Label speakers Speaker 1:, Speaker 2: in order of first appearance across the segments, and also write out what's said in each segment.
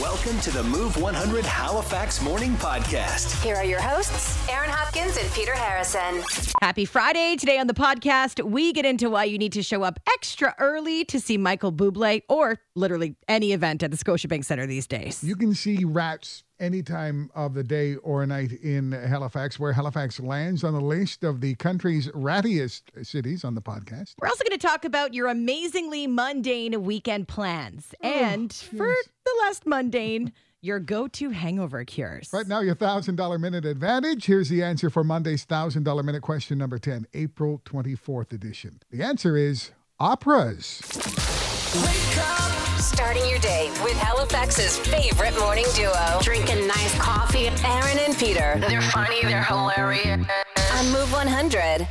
Speaker 1: Welcome to the Move 100 Halifax Morning Podcast.
Speaker 2: Here are your hosts, Aaron Hopkins and Peter Harrison.
Speaker 3: Happy Friday. Today on the podcast, we get into why you need to show up extra early to see Michael Bublé or literally any event at the Scotiabank Center these days.
Speaker 4: You can see rats any time of the day or night in Halifax, where Halifax lands on the list of the country's rattiest cities on the podcast.
Speaker 3: We're also going to talk about your amazingly mundane weekend plans
Speaker 4: Oh,
Speaker 3: and for the less mundane, your go-to hangover cures.
Speaker 4: Right now, your $1,000 minute advantage. Here's the answer for Monday's $1,000 minute question number 10, April 24th edition. The answer is operas.
Speaker 2: Starting your day with Halifax's favorite morning duo. Drinking nice coffee. Aaron and Peter. They're funny, they're hilarious. On Move 100.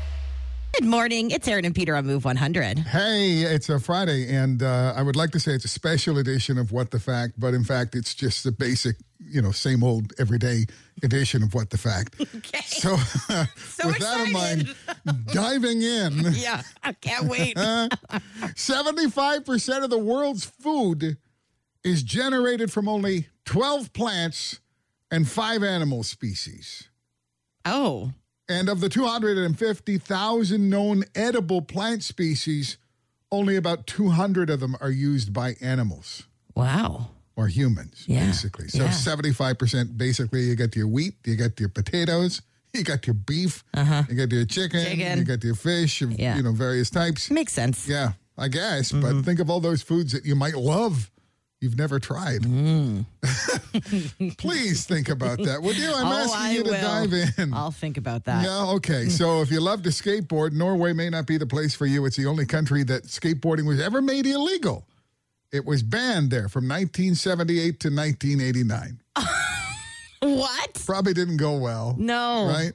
Speaker 3: Good morning. It's Aaron and Peter on Move 100.
Speaker 4: Hey, it's a Friday, and uh, I would like to say it's a special edition of What the Fact, but in fact, it's just the basic, you know, same old everyday edition of What the Fact. Okay. So, with that in mind, diving in,
Speaker 3: Yeah, I can't wait.
Speaker 4: 75% of the world's food is generated from only 12 plants and five animal species.
Speaker 3: oh,
Speaker 4: And of the 250,000 known edible plant species, only about 200 of them are used by animals.
Speaker 3: wow.
Speaker 4: or humans,
Speaker 3: Yeah,
Speaker 4: basically. So
Speaker 3: yeah.
Speaker 4: 75% basically you got your wheat, you got your potatoes, you got your beef, you got your chicken,
Speaker 3: Uh-huh. Chicken.
Speaker 4: you got your fish of
Speaker 3: Yeah. Mm-hmm.
Speaker 4: you know, various types.
Speaker 3: Makes sense.
Speaker 4: Yeah, I guess. But think of all those foods that you might love. You've never tried.
Speaker 3: Mm.
Speaker 4: Please think about that, would you? I'm
Speaker 3: Oh,
Speaker 4: asking
Speaker 3: I
Speaker 4: you to
Speaker 3: will. Oh,
Speaker 4: dive in.
Speaker 3: I'll think about that.
Speaker 4: Yeah, okay. So if you love to skateboard, Norway may not be the place for you. It's the only country that skateboarding was ever made illegal. It was banned there from 1978 to 1989.
Speaker 3: What?
Speaker 4: Probably didn't go well.
Speaker 3: No.
Speaker 4: Right?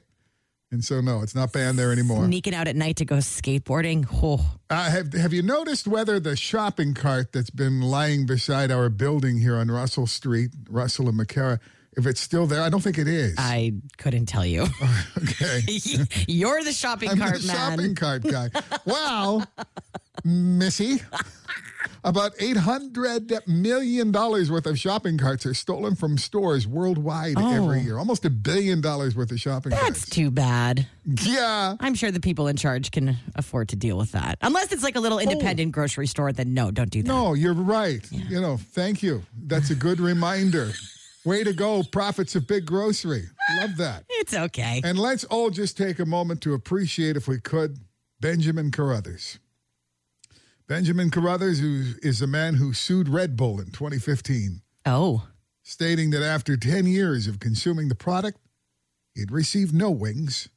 Speaker 4: And so, no, it's not banned there anymore.
Speaker 3: Sneaking out at night to go skateboarding. Oh.
Speaker 4: Uh, have, have you noticed whether the shopping cart that's been lying beside our building here on Russell Street, Russell and McCara, if it's still there? I don't think it is.
Speaker 3: I couldn't tell you.
Speaker 4: okay.
Speaker 3: You're the shopping
Speaker 4: I'm
Speaker 3: cart
Speaker 4: the
Speaker 3: man.
Speaker 4: shopping cart guy. well, Missy, about eight hundred million dollars worth of shopping carts are stolen from stores worldwide every year. Almost a billion dollars worth of shopping
Speaker 3: Oh. That's too bad.
Speaker 4: carts. Yeah.
Speaker 3: I'm sure the people in charge can afford to deal with that. Unless it's like a little independent grocery store, then no, don't do that.
Speaker 4: Oh. No, you're right. You know, thank you. That's a good reminder. Way to go, profits of big grocery. Love that.
Speaker 3: It's okay.
Speaker 4: And let's all just take a moment to appreciate, if we could, Benjamin Carruthers. Benjamin Carruthers, who is the man who sued Red Bull in 2015,
Speaker 3: Oh,
Speaker 4: stating that after 10 years of consuming the product, he'd received no wings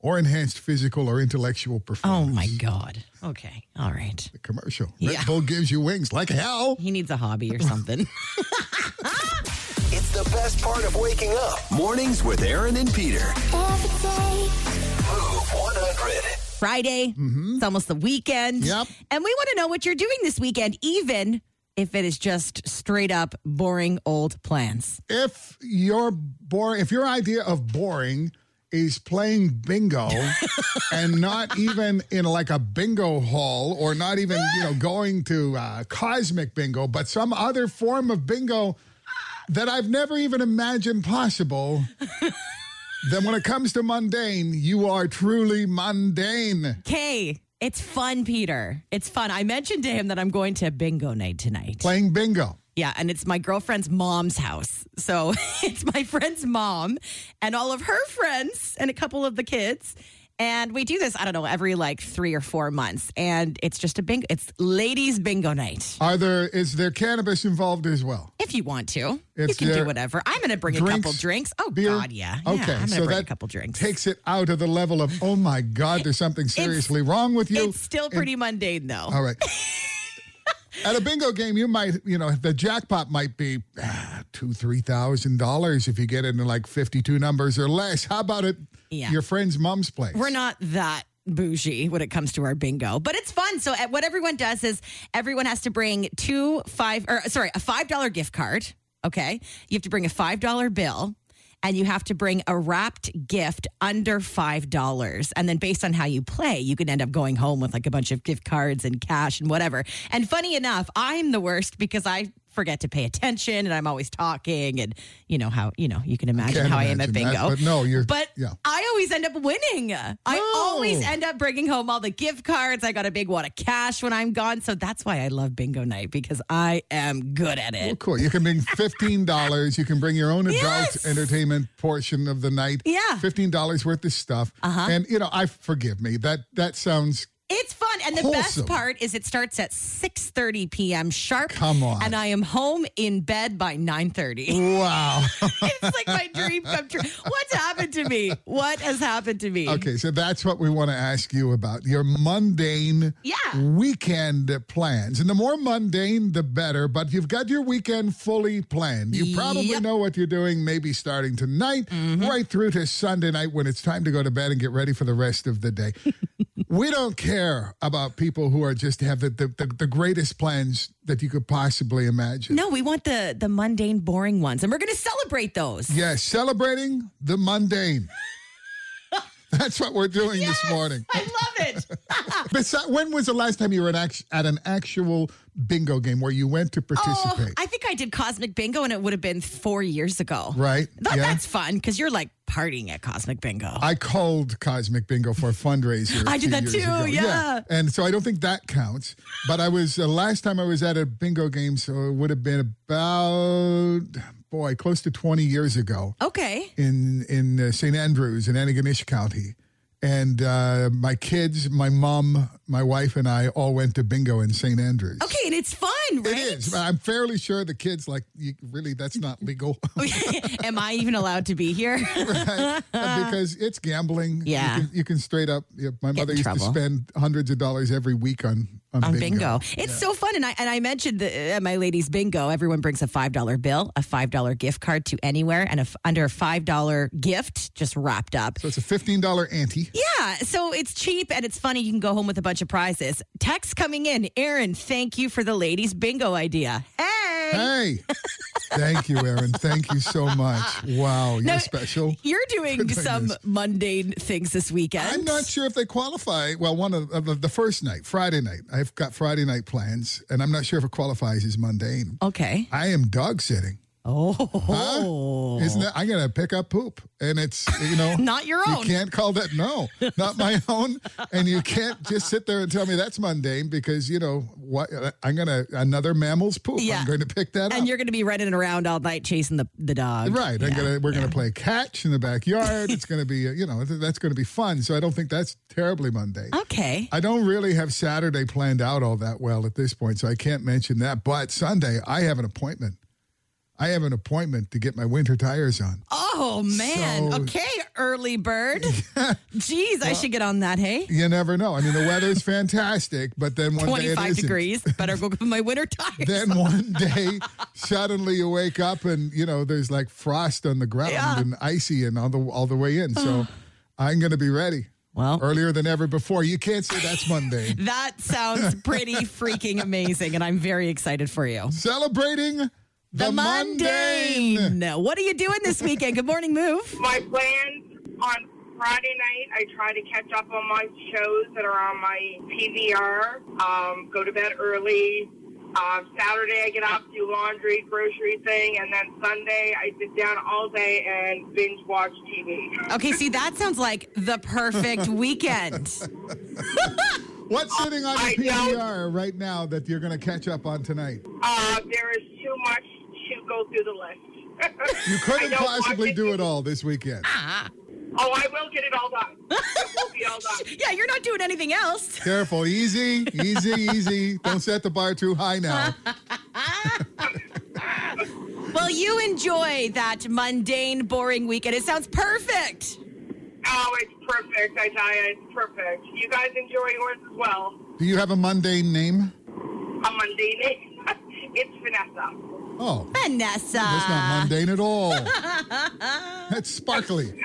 Speaker 4: or enhanced physical or intellectual
Speaker 3: oh
Speaker 4: performance.
Speaker 3: my God. Okay. All right.
Speaker 4: The commercial.
Speaker 3: Yeah.
Speaker 4: Red Bull gives you wings like hell.
Speaker 3: He needs a hobby or something.
Speaker 1: It's the best part of waking up. Mornings with Aaron and Peter. Move 100.
Speaker 3: Friday. It's almost the weekend.
Speaker 4: Mm-hmm. Yep.
Speaker 3: And we want to know what you're doing this weekend, even if it is just straight up boring old plans.
Speaker 4: If your boring, if your idea of boring is playing bingo and not even in like a bingo hall or not even you know going to uh, cosmic bingo, but some other form of bingo that I've never even imagined possible. then when it comes to mundane, you are truly mundane.
Speaker 3: Okay. It's fun, Peter. It's fun. I mentioned to him that I'm going to bingo night tonight.
Speaker 4: Playing bingo.
Speaker 3: Yeah, and it's my girlfriend's mom's house. So it's my friend's mom and all of her friends and a couple of the kids. And we do this, I don't know, every like three or four months. And it's just a bingo, it's ladies' bingo night.
Speaker 4: Are there is there cannabis involved as well?
Speaker 3: If you want to,
Speaker 4: It's
Speaker 3: you can do
Speaker 4: their
Speaker 3: whatever. I'm going to bring a couple
Speaker 4: Drinks,
Speaker 3: drinks. Oh,
Speaker 4: beer?
Speaker 3: God, yeah. Yeah,
Speaker 4: Okay,
Speaker 3: I'm going to
Speaker 4: so
Speaker 3: bring
Speaker 4: that
Speaker 3: a couple drinks.
Speaker 4: takes it out of the level of oh my god, there's something seriously wrong with you.
Speaker 3: it's still pretty mundane, though.
Speaker 4: All right. At a bingo game, you might, you know, the jackpot might be ah, two, three thousand dollars if you get into like fifty-two numbers or less. How about it?
Speaker 3: Yeah.
Speaker 4: Your friend's mom's place.
Speaker 3: we're not that bougie when it comes to our bingo, but it's fun. So uh, what everyone does is everyone has to bring two five or sorry, a five dollar gift card. Okay, you have to bring a five dollar bill. And you have to bring a wrapped gift under $5. And then, based on how you play, you can end up going home with like a bunch of gift cards and cash and whatever. And funny enough, I'm the worst because I forget to pay attention and I'm always talking and you know how you know you can imagine
Speaker 4: can't
Speaker 3: how I am at
Speaker 4: imagine
Speaker 3: bingo.
Speaker 4: that, but no, you're-
Speaker 3: But
Speaker 4: yeah.
Speaker 3: I always end up winning. I
Speaker 4: No.
Speaker 3: always end up bringing home all the gift cards. I got a big wad of cash when I'm gone, so that's why I love bingo night because I am good at
Speaker 4: Oh,
Speaker 3: it.
Speaker 4: cool. You can bring fifteen dollars. You can bring your own adult
Speaker 3: Yes.
Speaker 4: entertainment portion of the night.
Speaker 3: Yeah.
Speaker 4: fifteen dollars worth of stuff. Uh-huh. And you know, I forgive me. That that sounds
Speaker 3: It's fun, and the
Speaker 4: Wholesome.
Speaker 3: best part is it starts at 6:30 p.m. sharp.
Speaker 4: Come on.
Speaker 3: and I am home in bed by 9:30.
Speaker 4: wow.
Speaker 3: it's like my dream come true. What's happened to me? What has happened to me?
Speaker 4: okay, so that's what we want to ask you about your mundane
Speaker 3: Yeah.
Speaker 4: weekend plans, and the more mundane, the better. But you've got your weekend fully planned. You probably
Speaker 3: Yep. Mm-hmm.
Speaker 4: know what you're doing, maybe starting tonight, right through to Sunday night when it's time to go to bed and get ready for the rest of the day. we don't care about people who are just have the, the, the, the greatest plans that you could possibly imagine.
Speaker 3: No, we want the the mundane, boring ones, and we're going to celebrate those.
Speaker 4: Yes, celebrating the mundane. That's what we're doing this morning.
Speaker 3: I love it.
Speaker 4: Besi- when was the last time you were an act- at an actual bingo game where you went to
Speaker 3: oh,
Speaker 4: participate?
Speaker 3: I think I did Cosmic Bingo, and it would have been four years ago.
Speaker 4: Right,
Speaker 3: Th-
Speaker 4: yeah.
Speaker 3: That's fun because you're like partying at Cosmic Bingo.
Speaker 4: I called Cosmic Bingo for a fundraiser. a
Speaker 3: I did
Speaker 4: few
Speaker 3: that
Speaker 4: years
Speaker 3: too,
Speaker 4: ago.
Speaker 3: yeah.
Speaker 4: And so I don't think that counts. But I was, uh, last time I was at a bingo game, so it would have been about, boy, close to 20 years ago.
Speaker 3: okay.
Speaker 4: in in uh, St. Andrews in Antigonish County, and uh, my kids, my mom, my wife, and I all went to bingo in St. Andrews.
Speaker 3: Okay, and it's fun, right?
Speaker 4: It is. but I'm fairly sure the kids like you, really that's not legal
Speaker 3: Oh, Am I even allowed to be here?
Speaker 4: because it's gambling.
Speaker 3: Yeah.
Speaker 4: you can, you can straight up. yeah, my mother
Speaker 3: in
Speaker 4: used to
Speaker 3: trouble.
Speaker 4: spend hundreds of dollars every week on on,
Speaker 3: on bingo. It's so fun, and I and I mentioned the, at my ladies' bingo. Everyone brings a five dollar bill, a five dollar gift card to anywhere, and a f- under a five dollar gift just wrapped up.
Speaker 4: So it's a fifteen dollar ante.
Speaker 3: Yeah, so it's cheap and it's funny. You can go home with a bunch of prizes. Text coming in, Aaron. Thank you for the ladies' bingo idea. Hey.
Speaker 4: Hey, thank you, Aaron. Thank you so much. Wow, you're
Speaker 3: Now,
Speaker 4: special.
Speaker 3: You're doing
Speaker 4: Goodness.
Speaker 3: some mundane things this weekend.
Speaker 4: I'm not sure if they qualify. Well, one of of the, the first night, Friday night, I've got Friday night plans, and I'm not sure if it qualifies as mundane.
Speaker 3: Okay.
Speaker 4: I am dog sitting. Huh?
Speaker 3: Oh.
Speaker 4: Isn't that? I'm gonna pick up poop, and it's you know
Speaker 3: Not your
Speaker 4: You
Speaker 3: own.
Speaker 4: can't call that no, not my own, and you can't just sit there and tell me that's mundane because you know what? uh, I'm gonna another mammal's poop.
Speaker 3: Yeah.
Speaker 4: I'm going to pick that up.
Speaker 3: And you're going to be running around all night chasing the, the dog.
Speaker 4: Right, I'm gonna we're gonna play catch in the backyard. It's gonna be uh, you know th- that's gonna be fun. So I don't think that's terribly mundane.
Speaker 3: Okay.
Speaker 4: I don't really have Saturday planned out all that well at this point, so I can't mention that. But Sunday, I have an appointment. I have an appointment to get my winter tires on.
Speaker 3: Oh man.
Speaker 4: So-
Speaker 3: okay, early bird. Jeez, I should get on that, hey?
Speaker 4: You never know. I mean, the weather's fantastic, but then one day it
Speaker 3: 25
Speaker 4: isn't.
Speaker 3: degrees. Better go get my winter tires.
Speaker 4: Then one day, suddenly you wake up and you know there's like frost on the ground
Speaker 3: Yeah.
Speaker 4: and icy and all the all the way in. So I'm going to be ready.
Speaker 3: Well-
Speaker 4: earlier than ever before. You can't say that's Monday.
Speaker 3: that sounds pretty freaking amazing, and I'm very excited for you.
Speaker 4: Celebrating the, mundane.
Speaker 3: mundane. What are you doing this weekend? Good morning, move.
Speaker 5: my plans on Friday night, I try to catch up on my shows that are on my PVR, um, go to bed early. Um, Saturday, I get up, do laundry, grocery thing, and then Sunday, I sit down all day and binge watch TV.
Speaker 3: Okay, see, that sounds like the perfect weekend.
Speaker 4: What's sitting on
Speaker 5: I
Speaker 4: your
Speaker 5: don't-
Speaker 4: PVR right now that you're going to catch up on tonight?
Speaker 5: Uh, there is too much to go through the list.
Speaker 4: You couldn't
Speaker 5: I don't watch
Speaker 4: possibly
Speaker 5: it.
Speaker 4: do it all this weekend.
Speaker 5: Oh, I will get it all done. It will be all done.
Speaker 3: yeah, you're not doing anything else.
Speaker 4: Careful, easy, easy, easy. Don't set the bar too high now.
Speaker 3: Well, you enjoy that mundane, boring weekend. It sounds perfect.
Speaker 5: Oh, it's perfect. I tell you, it's perfect. You guys enjoy yours as well.
Speaker 4: Do you have a mundane name?
Speaker 5: I'm on dating. it's Vanessa.
Speaker 4: Oh,
Speaker 3: Vanessa.
Speaker 4: that's not mundane at all. That's sparkly.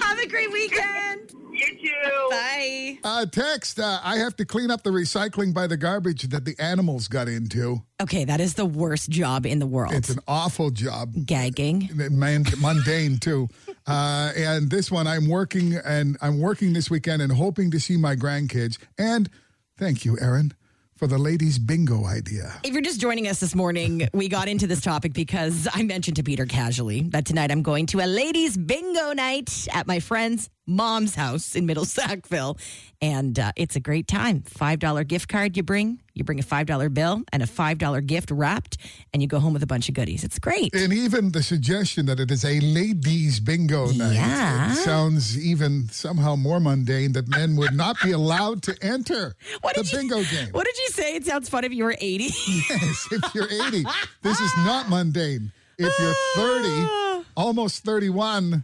Speaker 3: Have a great weekend.
Speaker 5: You too.
Speaker 3: Bye.
Speaker 4: Uh, text. Uh, I have to clean up the recycling by the garbage that the animals got into.
Speaker 3: Okay, that is the worst job in the world.
Speaker 4: It's an awful job.
Speaker 3: Gagging.
Speaker 4: man, mundane too. Uh, and this one, I'm working and I'm working this weekend and hoping to see my grandkids. And thank you, Aaron, for the ladies' bingo idea.
Speaker 3: If you're just joining us this morning, we got into this topic because I mentioned to Peter casually that tonight I'm going to a ladies' bingo night at my friend's mom's house in Middle Sackville. And uh, it's a great time. $5 gift card you bring, you bring a $5 bill and a $5 gift wrapped, and you go home with a bunch of goodies. It's great.
Speaker 4: And even the suggestion that it is a ladies' bingo night
Speaker 3: Yeah.
Speaker 4: it sounds even somehow more mundane that men would not be allowed to enter
Speaker 3: What
Speaker 4: the
Speaker 3: did you-
Speaker 4: bingo game.
Speaker 3: What did you say? It sounds fun if you were 80.
Speaker 4: Yes, if you're 80, this is not mundane. If you're
Speaker 3: Ah.
Speaker 4: 30, almost 31,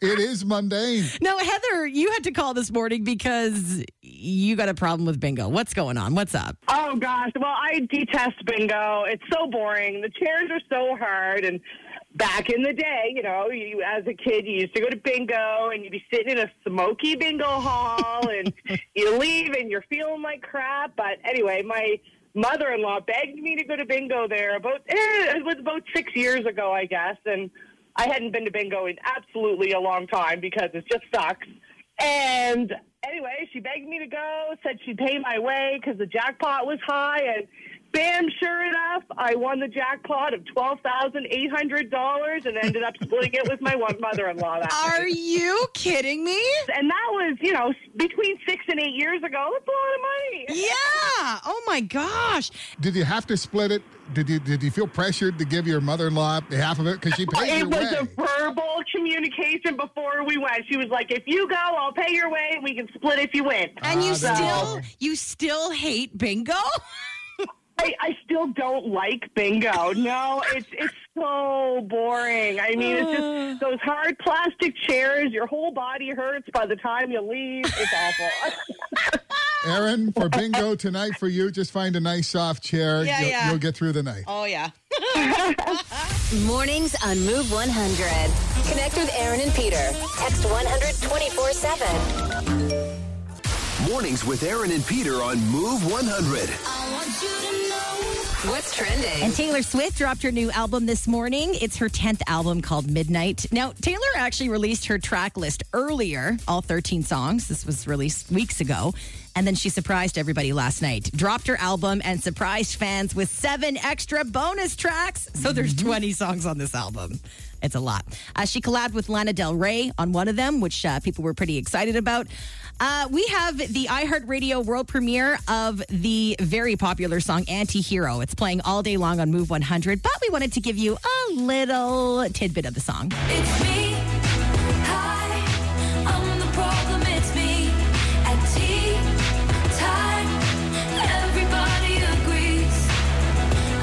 Speaker 4: it is mundane.
Speaker 3: no, Heather, you had to call this morning because you got a problem with bingo. What's going on? What's up?
Speaker 5: Oh gosh, well I detest bingo. It's so boring. The chairs are so hard and back in the day, you know, you as a kid you used to go to bingo and you'd be sitting in a smoky bingo hall and you leave and you're feeling like crap. But anyway, my mother-in-law begged me to go to bingo there about eh, it was about 6 years ago, I guess, and I hadn't been to bingo in absolutely a long time because it just sucks. And anyway, she begged me to go, said she'd pay my way because the jackpot was high. And bam, sure enough, I won the jackpot of $12,800 and ended up splitting it with my one mother in law.
Speaker 3: Are you kidding me?
Speaker 5: And that was, you know, between six and eight years ago. That's a lot of money.
Speaker 3: Yeah. Oh my gosh.
Speaker 4: Did you have to split it? Did you did you feel pressured to give your mother-in-law half of it because she paid your
Speaker 5: It was
Speaker 4: way?
Speaker 5: a verbal communication before we went. She was like, if you go, I'll pay your way. We can split if you win.
Speaker 3: And you
Speaker 4: Ah, there you
Speaker 3: still
Speaker 4: go.
Speaker 3: you still hate bingo?
Speaker 5: I, I still don't like bingo. No, it's it's so boring. I mean, it's just those hard plastic chairs. Your whole body hurts by the time you leave. It's awful.
Speaker 4: Aaron, for bingo tonight for you, just find a nice soft chair.
Speaker 3: Yeah,
Speaker 4: you'll,
Speaker 3: yeah.
Speaker 4: you'll get through the night.
Speaker 3: Oh yeah.
Speaker 2: Mornings on Move 100. Connect with Aaron and Peter. Text 124 7.
Speaker 1: Mornings with Aaron and Peter on Move 100.
Speaker 2: What's trending?
Speaker 3: And Taylor Swift dropped her new album this morning. It's her 10th album called Midnight. Now, Taylor actually released her track list earlier, all 13 songs. This was released weeks ago. And then she surprised everybody last night, dropped her album, and surprised fans with seven extra bonus tracks. So there's 20 songs on this album. It's a lot. Uh, she collabed with Lana Del Rey on one of them, which uh, people were pretty excited about. Uh, we have the iHeartRadio world premiere of the very popular song Anti-Hero. It's playing all day long on Move 100, but we wanted to give you a little tidbit of the song.
Speaker 6: It's me. Hi, I'm the problem. It's me. At tea time, everybody agrees.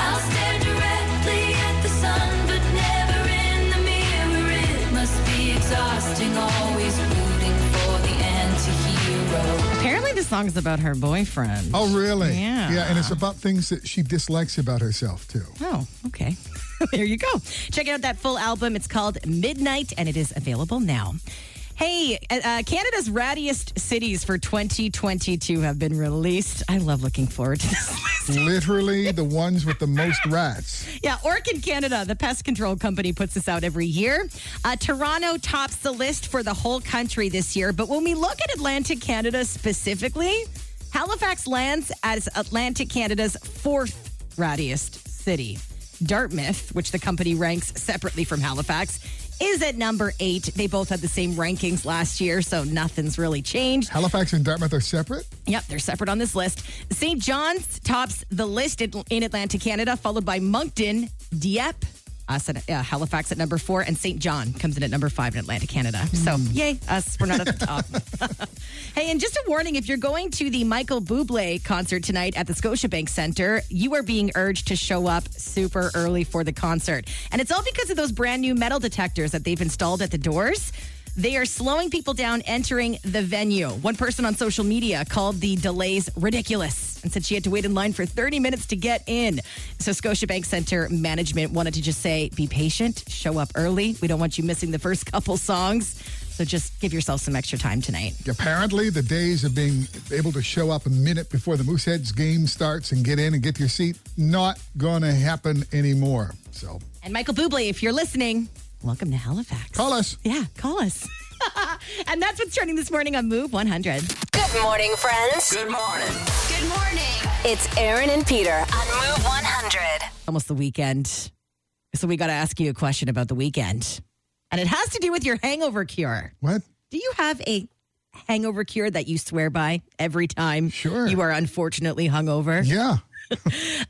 Speaker 6: I'll stare directly at the sun, but never in the mirror. It must be exhausting, always rooting for the anti-hero.
Speaker 3: Apparently this song's about her boyfriend.
Speaker 4: Oh, really?
Speaker 3: Yeah.
Speaker 4: Yeah, and it's about things that she dislikes about herself too.
Speaker 3: Oh, okay. there you go. Check out that full album. It's called Midnight, and it is available now. Hey, uh, uh, Canada's rattiest cities for 2022 have been released. I love looking forward to this.
Speaker 4: Literally the ones with the most rats.
Speaker 3: yeah, Orchid Canada, the pest control company, puts this out every year. Uh, Toronto tops the list for the whole country this year, but when we look at Atlantic Canada specifically, Halifax lands as Atlantic Canada's fourth rattiest city. Dartmouth, which the company ranks separately from Halifax, is at number eight. They both had the same rankings last year, so nothing's really changed.
Speaker 4: Halifax and Dartmouth are separate.
Speaker 3: Yep, they're separate on this list. St. John's tops the list in in Atlantic Canada, followed by Moncton, Dieppe, us at, uh, Halifax at number four, and St. John comes in at number five in Atlantic Canada. So, yay, us. We're not at the top. hey, and just a warning if you're going to the Michael Bublé concert tonight at the Scotiabank Center, you are being urged to show up super early for the concert. And it's all because of those brand new metal detectors that they've installed at the doors. They are slowing people down entering the venue. One person on social media called the delays ridiculous and said she had to wait in line for 30 minutes to get in. So Scotiabank Center management wanted to just say, be patient, show up early. We don't want you missing the first couple songs. So just give yourself some extra time tonight.
Speaker 4: Apparently, the days of being able to show up a minute before the Mooseheads game starts and get in and get your seat, not going to happen anymore. So
Speaker 3: And Michael Bublé, if you're listening, welcome to Halifax.
Speaker 4: call us.
Speaker 3: Yeah, call us. and that's what's trending this morning on Move 100.
Speaker 2: Good morning, friends.
Speaker 7: Good morning.
Speaker 2: Good Good morning. It's Aaron and Peter on Move 100.
Speaker 3: Almost the weekend. So we got to ask you a question about the weekend. And it has to do with your hangover cure.
Speaker 4: What?
Speaker 3: Do you have a hangover cure that you swear by every time
Speaker 4: Sure.
Speaker 3: you are unfortunately hungover?
Speaker 4: Yeah.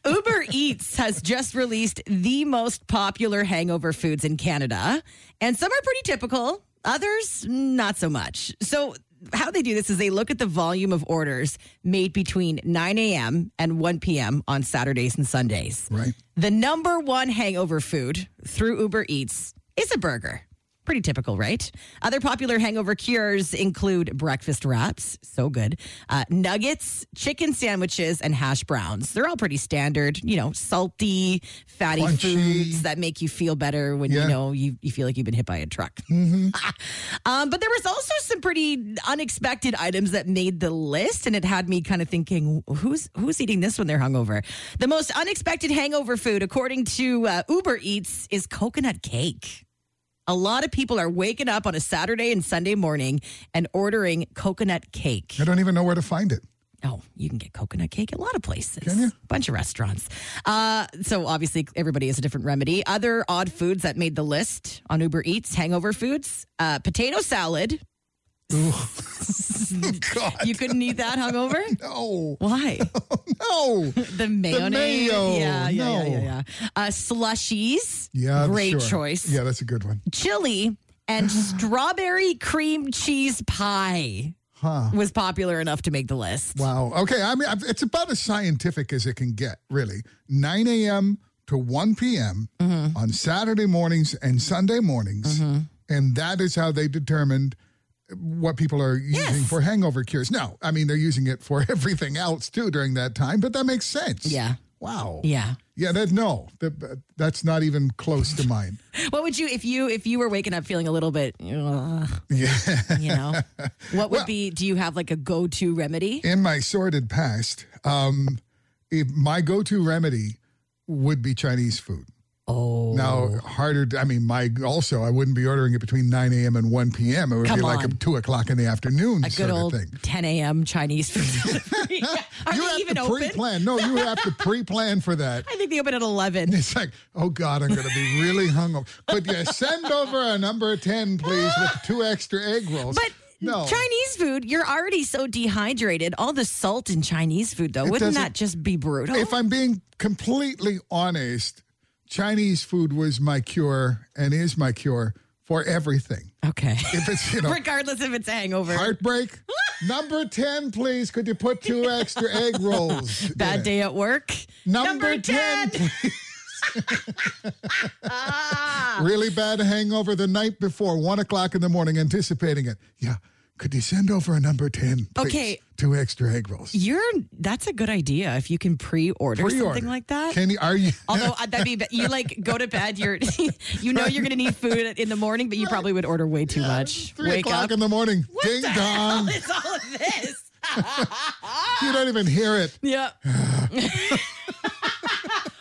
Speaker 3: Uber Eats has just released the most popular hangover foods in Canada, and some are pretty typical, others not so much. So, how they do this is they look at the volume of orders made between 9 a.m. and 1 p.m. on Saturdays and Sundays.
Speaker 4: Right.
Speaker 3: The number one hangover food through Uber Eats is a burger. Pretty typical, right? Other popular hangover cures include breakfast wraps, so good, uh, nuggets, chicken sandwiches, and hash browns. They're all pretty standard, you know, salty, fatty
Speaker 4: Crunchy.
Speaker 3: foods that make you feel better when you
Speaker 4: Yeah.
Speaker 3: know you, you feel like you've been hit by a truck. um, but there was also some pretty unexpected items that made the list, and it had me kind of thinking, who's who's eating this when they're hungover? The most unexpected hangover food, according to uh, Uber Eats, is coconut cake. A lot of people are waking up on a Saturday and Sunday morning and ordering coconut cake.
Speaker 4: I don't even know where to find it.
Speaker 3: Oh, you can get coconut cake at a lot of places.
Speaker 4: Can you?
Speaker 3: Bunch of restaurants. Uh, so obviously, everybody has a different remedy. Other odd foods that made the list on Uber Eats: hangover foods, uh, potato salad. Oh,
Speaker 4: God.
Speaker 3: You couldn't eat that hungover.
Speaker 4: no.
Speaker 3: Why?
Speaker 4: No.
Speaker 3: The mayonnaise.
Speaker 4: mayo.
Speaker 3: Yeah, yeah, yeah,
Speaker 4: No.
Speaker 3: yeah. yeah. Uh, slushies.
Speaker 4: Yeah.
Speaker 3: Great
Speaker 4: sure.
Speaker 3: choice.
Speaker 4: Yeah, that's a good one.
Speaker 3: Chili and strawberry cream cheese pie
Speaker 4: Huh.
Speaker 3: was popular enough to make the list.
Speaker 4: Wow. Okay. I mean, I've- it's about as scientific as it can get, really. 9 a.m. to 1 p.m.
Speaker 3: Mm-hmm.
Speaker 4: on Saturday mornings and Sunday mornings. And that is how they determined what people are using for hangover cures. No, I mean, they're using it for everything else too during that time, but that makes sense.
Speaker 3: Yeah.
Speaker 4: Wow.
Speaker 3: Yeah.
Speaker 4: Yeah, that no, that, that's not even close to mine.
Speaker 3: What would you if you if you were waking up feeling a little bit, "Ugh,"
Speaker 4: Yeah.
Speaker 3: you know? What would be? Do you have like a go-to remedy?
Speaker 4: in my sordid past, um, if my go-to remedy would be Chinese food.
Speaker 3: Oh,
Speaker 4: Now harder. I mean, my also I wouldn't be ordering it between 9 a.m. and 1 p.m. It would
Speaker 3: Come
Speaker 4: be like
Speaker 3: on.
Speaker 4: two o'clock in the afternoon.
Speaker 3: a
Speaker 4: sort
Speaker 3: good
Speaker 4: of
Speaker 3: old
Speaker 4: thing.
Speaker 3: 10 a.m. Chinese food delivery. Yeah. Are
Speaker 4: you
Speaker 3: they
Speaker 4: have
Speaker 3: even
Speaker 4: to
Speaker 3: open?
Speaker 4: pre-plan. No, you have to pre-plan for that.
Speaker 3: I think they open at 11.
Speaker 4: It's like, oh God, I'm going to be really hungover. Could you send over a number ten, please, with two extra egg rolls?
Speaker 3: But
Speaker 4: no,
Speaker 3: Chinese food, you're already so dehydrated. All the salt in Chinese food, though, wouldn't
Speaker 4: doesn't-
Speaker 3: that just be brutal?
Speaker 4: if I'm being completely honest, Chinese food was my cure and is my cure for everything.
Speaker 3: okay.
Speaker 4: If it's you know
Speaker 3: Regardless if it's a hangover.
Speaker 4: Heartbreak. Number 10, please. Could you put two extra egg rolls? in
Speaker 3: Bad
Speaker 4: it?
Speaker 3: day at work.
Speaker 4: Number, 10. please. really bad hangover the night before, one o'clock in the morning, anticipating it. Yeah. Could you send over a number 10? Please?
Speaker 3: Okay.
Speaker 4: Two extra egg rolls.
Speaker 3: You're that's a good idea if you can pre-order,
Speaker 4: Pre-order.
Speaker 3: something like that.
Speaker 4: Can you, are you?
Speaker 3: Although uh, that'd be be- you like go to bed, you're you know you're gonna need food in the morning, but you probably would order way too much.
Speaker 4: Three
Speaker 3: Wake
Speaker 4: o'clock
Speaker 3: up.
Speaker 4: in the morning.
Speaker 3: what
Speaker 4: Ding
Speaker 3: the
Speaker 4: dong.
Speaker 3: hell is all of this?
Speaker 4: You don't even hear it.
Speaker 3: yeah.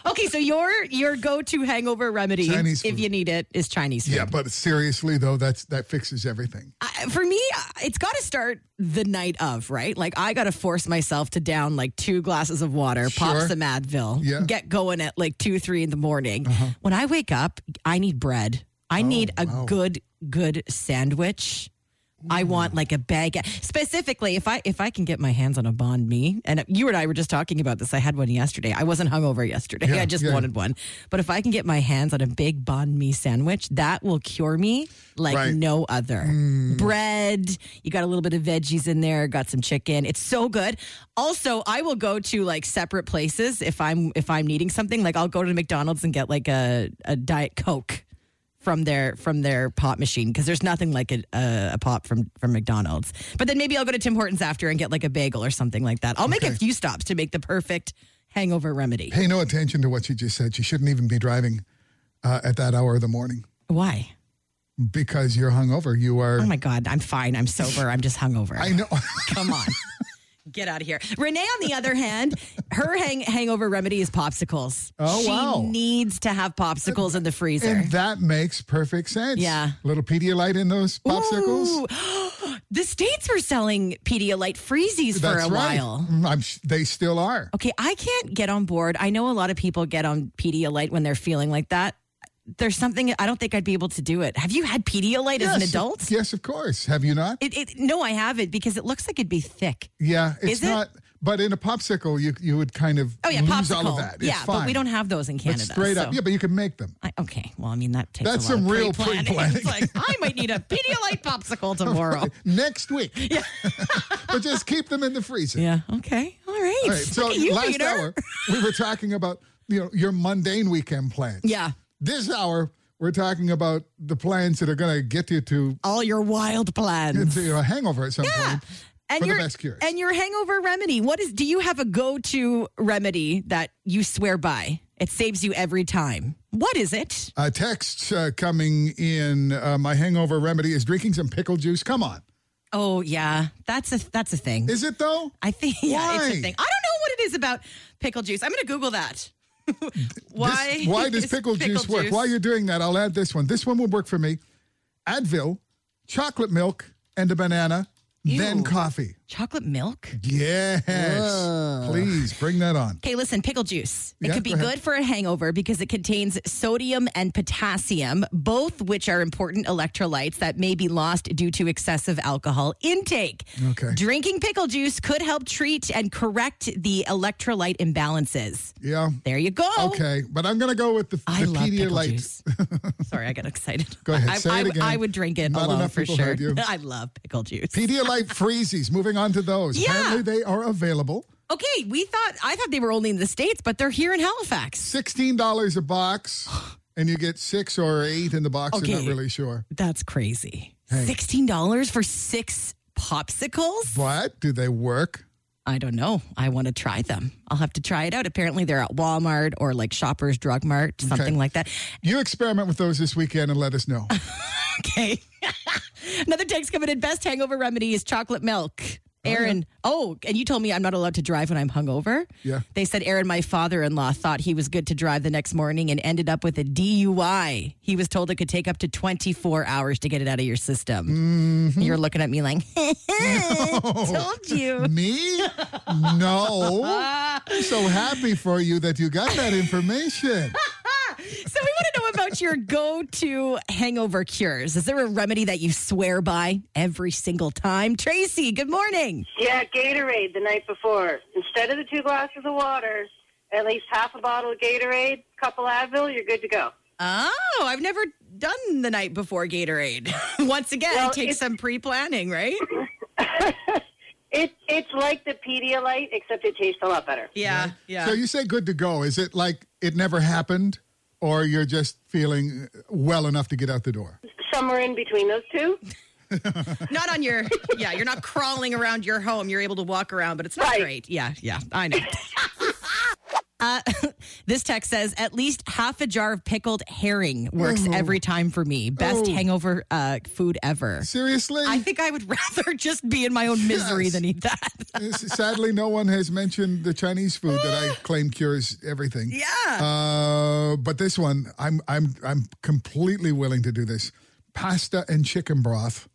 Speaker 3: okay, so your your go-to hangover remedy,
Speaker 4: Chinese
Speaker 3: if
Speaker 4: food.
Speaker 3: you need it, is Chinese food.
Speaker 4: Yeah, but seriously though, that's that fixes everything.
Speaker 3: I, for me, I- it's got to start the night of, right? Like I got to force myself to down like two glasses of water, pop
Speaker 4: Sure.
Speaker 3: some Advil,
Speaker 4: Yeah. Uh-huh.
Speaker 3: get going at like two, three in the morning. When I wake up, I need bread.
Speaker 4: Oh,
Speaker 3: I need a good, good sandwich. I
Speaker 4: Mm.
Speaker 3: want like a baguette. Specifically, if I if I can get my hands on a bond me, and you and I were just talking about this. I had one yesterday. I wasn't hungover yesterday.
Speaker 4: Yeah,
Speaker 3: I just
Speaker 4: yeah.
Speaker 3: wanted one. But if I can get my hands on a big bond me sandwich, that will cure me like
Speaker 4: Right.
Speaker 3: no other. Bread, you got a little bit of veggies in there, got some chicken. It's so good. Also, I will go to like separate places if I'm if I'm needing something. Like I'll go to McDonald's and get like a, a diet coke from their from their pop machine because there's nothing like a, a, a pop from from McDonald's. But then maybe I'll go to Tim Hortons after and get like a bagel or something like that. I'll make a few stops to make the perfect hangover remedy.
Speaker 4: Pay no attention to what she just said. She shouldn't even be driving uh, at that hour of the morning
Speaker 3: Why?
Speaker 4: because you're hungover. You are.
Speaker 3: Oh my god, I'm fine. I'm sober. I'm just hungover.
Speaker 4: I know.
Speaker 3: Come on. Get out of here. Renee, on the other hand, her hang- hangover remedy is popsicles.
Speaker 4: Oh,
Speaker 3: she
Speaker 4: wow.
Speaker 3: needs to have popsicles in the freezer.
Speaker 4: And that makes perfect sense.
Speaker 3: Yeah.
Speaker 4: Little Pedialyte in those popsicles.
Speaker 3: Ooh. the states were selling Pedialyte freezies for
Speaker 4: That's
Speaker 3: a
Speaker 4: right.
Speaker 3: while. Oh,
Speaker 4: Mm, I'm, sh- they still are.
Speaker 3: Okay, I can't get on board. I know a lot of people get on Pedialyte when they're feeling like that. There's something I don't think I'd be able to do it. Have you had Pedialyte as an
Speaker 4: Yes,
Speaker 3: adult?
Speaker 4: Yes, of course. Have you not?
Speaker 3: It, it, no, I haven't because it looks like it'd be thick.
Speaker 4: yeah, it's
Speaker 3: Is it?
Speaker 4: not. But in a popsicle, you you would kind of
Speaker 3: Oh yeah,
Speaker 4: lose
Speaker 3: popsicle.
Speaker 4: all of that. It's
Speaker 3: yeah, but we
Speaker 4: fine.
Speaker 3: don't have those in
Speaker 4: But
Speaker 3: Canada.
Speaker 4: straight up.
Speaker 3: so-
Speaker 4: Yeah, but you can make them.
Speaker 3: I, okay, well, I mean that takes
Speaker 4: That's
Speaker 3: a lot
Speaker 4: some
Speaker 3: of
Speaker 4: real
Speaker 3: pre-planning.
Speaker 4: pre-planning.
Speaker 3: It's like I might need a Pedialyte popsicle tomorrow.
Speaker 4: Next week. Yeah. but just keep them in the freezer.
Speaker 3: Yeah. Okay. All right.
Speaker 4: All right, so
Speaker 3: Look at you,
Speaker 4: last
Speaker 3: Peter.
Speaker 4: hour we were talking about you know your mundane weekend plans.
Speaker 3: Yeah.
Speaker 4: This hour we're talking about the plans that are going to get you to,
Speaker 3: All your wild plans.
Speaker 4: to a hangover at some point.
Speaker 3: and
Speaker 4: for the
Speaker 3: your
Speaker 4: best cure.
Speaker 3: and your hangover remedy. What is? Do you have a go-to remedy that you swear by? It saves you every time. What is it?
Speaker 4: Uh, texts uh, coming in. Uh, my hangover remedy is drinking some pickle juice. Come on,
Speaker 3: Oh yeah, that's a that's a thing.
Speaker 4: is it though?
Speaker 3: I think yeah, it's
Speaker 4: Why?
Speaker 3: a thing. I don't know what it is about pickle juice. I'm going to Google that. why?
Speaker 4: This- why does
Speaker 3: is
Speaker 4: pickle, juice work? While you're doing that, I'll add this one. This one will work for me. Advil, chocolate milk, and a banana, then
Speaker 3: Ew.
Speaker 4: coffee.
Speaker 3: chocolate milk?
Speaker 4: Yes, please bring that on.
Speaker 3: Okay, listen, pickle juice. It
Speaker 4: Yeah,
Speaker 3: could be
Speaker 4: go ahead.
Speaker 3: good for a hangover because it contains sodium and potassium, both which are important electrolytes that may be lost due to excessive alcohol intake.
Speaker 4: Okay.
Speaker 3: Drinking pickle juice could help treat and correct the electrolyte imbalances.
Speaker 4: Yeah.
Speaker 3: There you go.
Speaker 4: Okay, but I'm gonna go with the,
Speaker 3: Oh. I
Speaker 4: the
Speaker 3: love pickle
Speaker 4: Pedialyte.
Speaker 3: juice. Sorry, I got excited.
Speaker 4: Go ahead,
Speaker 3: I,
Speaker 4: say it
Speaker 3: I-
Speaker 4: again.
Speaker 3: I would drink it
Speaker 4: Not
Speaker 3: alone
Speaker 4: enough
Speaker 3: for
Speaker 4: people
Speaker 3: sure.
Speaker 4: heard you.
Speaker 3: I love pickle juice.
Speaker 4: Pedialyte freezies. Moving on to those.
Speaker 3: Yeah.
Speaker 4: Apparently, they are available.
Speaker 3: okay, we thought I thought they were only in the states, but they're here in Halifax.
Speaker 4: Sixteen dollars a box, and you get six or eight in the box. I'm
Speaker 3: Okay.
Speaker 4: not really sure.
Speaker 3: That's crazy. Sixteen dollars for six popsicles?
Speaker 4: But do they work?
Speaker 3: I don't know. I want to try them. I'll have to try it out. Apparently, they're at Walmart or like Shoppers Drug Mart, something like that.
Speaker 4: You experiment with those this weekend and let us know.
Speaker 3: Okay. Another text coming in. Best hangover remedy is chocolate milk. Aaron, oh, and you told me I'm not allowed to drive when I'm hungover.
Speaker 4: Yeah.
Speaker 3: They said Aaron, my father in law, thought he was good to drive the next morning and ended up with a DUI. He was told it could take up to 24 hours to get it out of your system. You're looking at me like, told you.
Speaker 4: Me? No. I'm so happy for you that you got that information.
Speaker 3: So we want to know about your go-to hangover cures. Is there a remedy that you swear by every single time? Tracy, good morning.
Speaker 5: Yeah, Gatorade the night before. Instead of the two glasses of water, at least half a bottle of Gatorade, couple Advil, you're good to go.
Speaker 3: Oh, I've never done the night before Gatorade. Once again,
Speaker 5: Well,
Speaker 3: take
Speaker 5: it's-
Speaker 3: some pre-planning, right?
Speaker 5: It, it's like the Pedialyte, except it tastes a lot better.
Speaker 3: Yeah, yeah.
Speaker 4: So you say good to go. Is it like it never happened, or you're just feeling well enough to get out the door?
Speaker 5: Somewhere in between those two.
Speaker 3: not on your. Yeah, you're not crawling around your home. You're able to walk around, but it's not
Speaker 5: Right.
Speaker 3: great. Yeah, yeah. I know. Uh, this text says at least half a jar of pickled herring works every time for me. Best
Speaker 4: Oh.
Speaker 3: hangover uh, food ever.
Speaker 4: Seriously?
Speaker 3: I think I would rather just be in my own misery
Speaker 4: Yes.
Speaker 3: than eat that.
Speaker 4: Sadly, no one has mentioned the Chinese food that I claim cures everything.
Speaker 3: Yeah.
Speaker 4: Uh, but this one, I'm I'm I'm completely willing to do this. Pasta and chicken broth,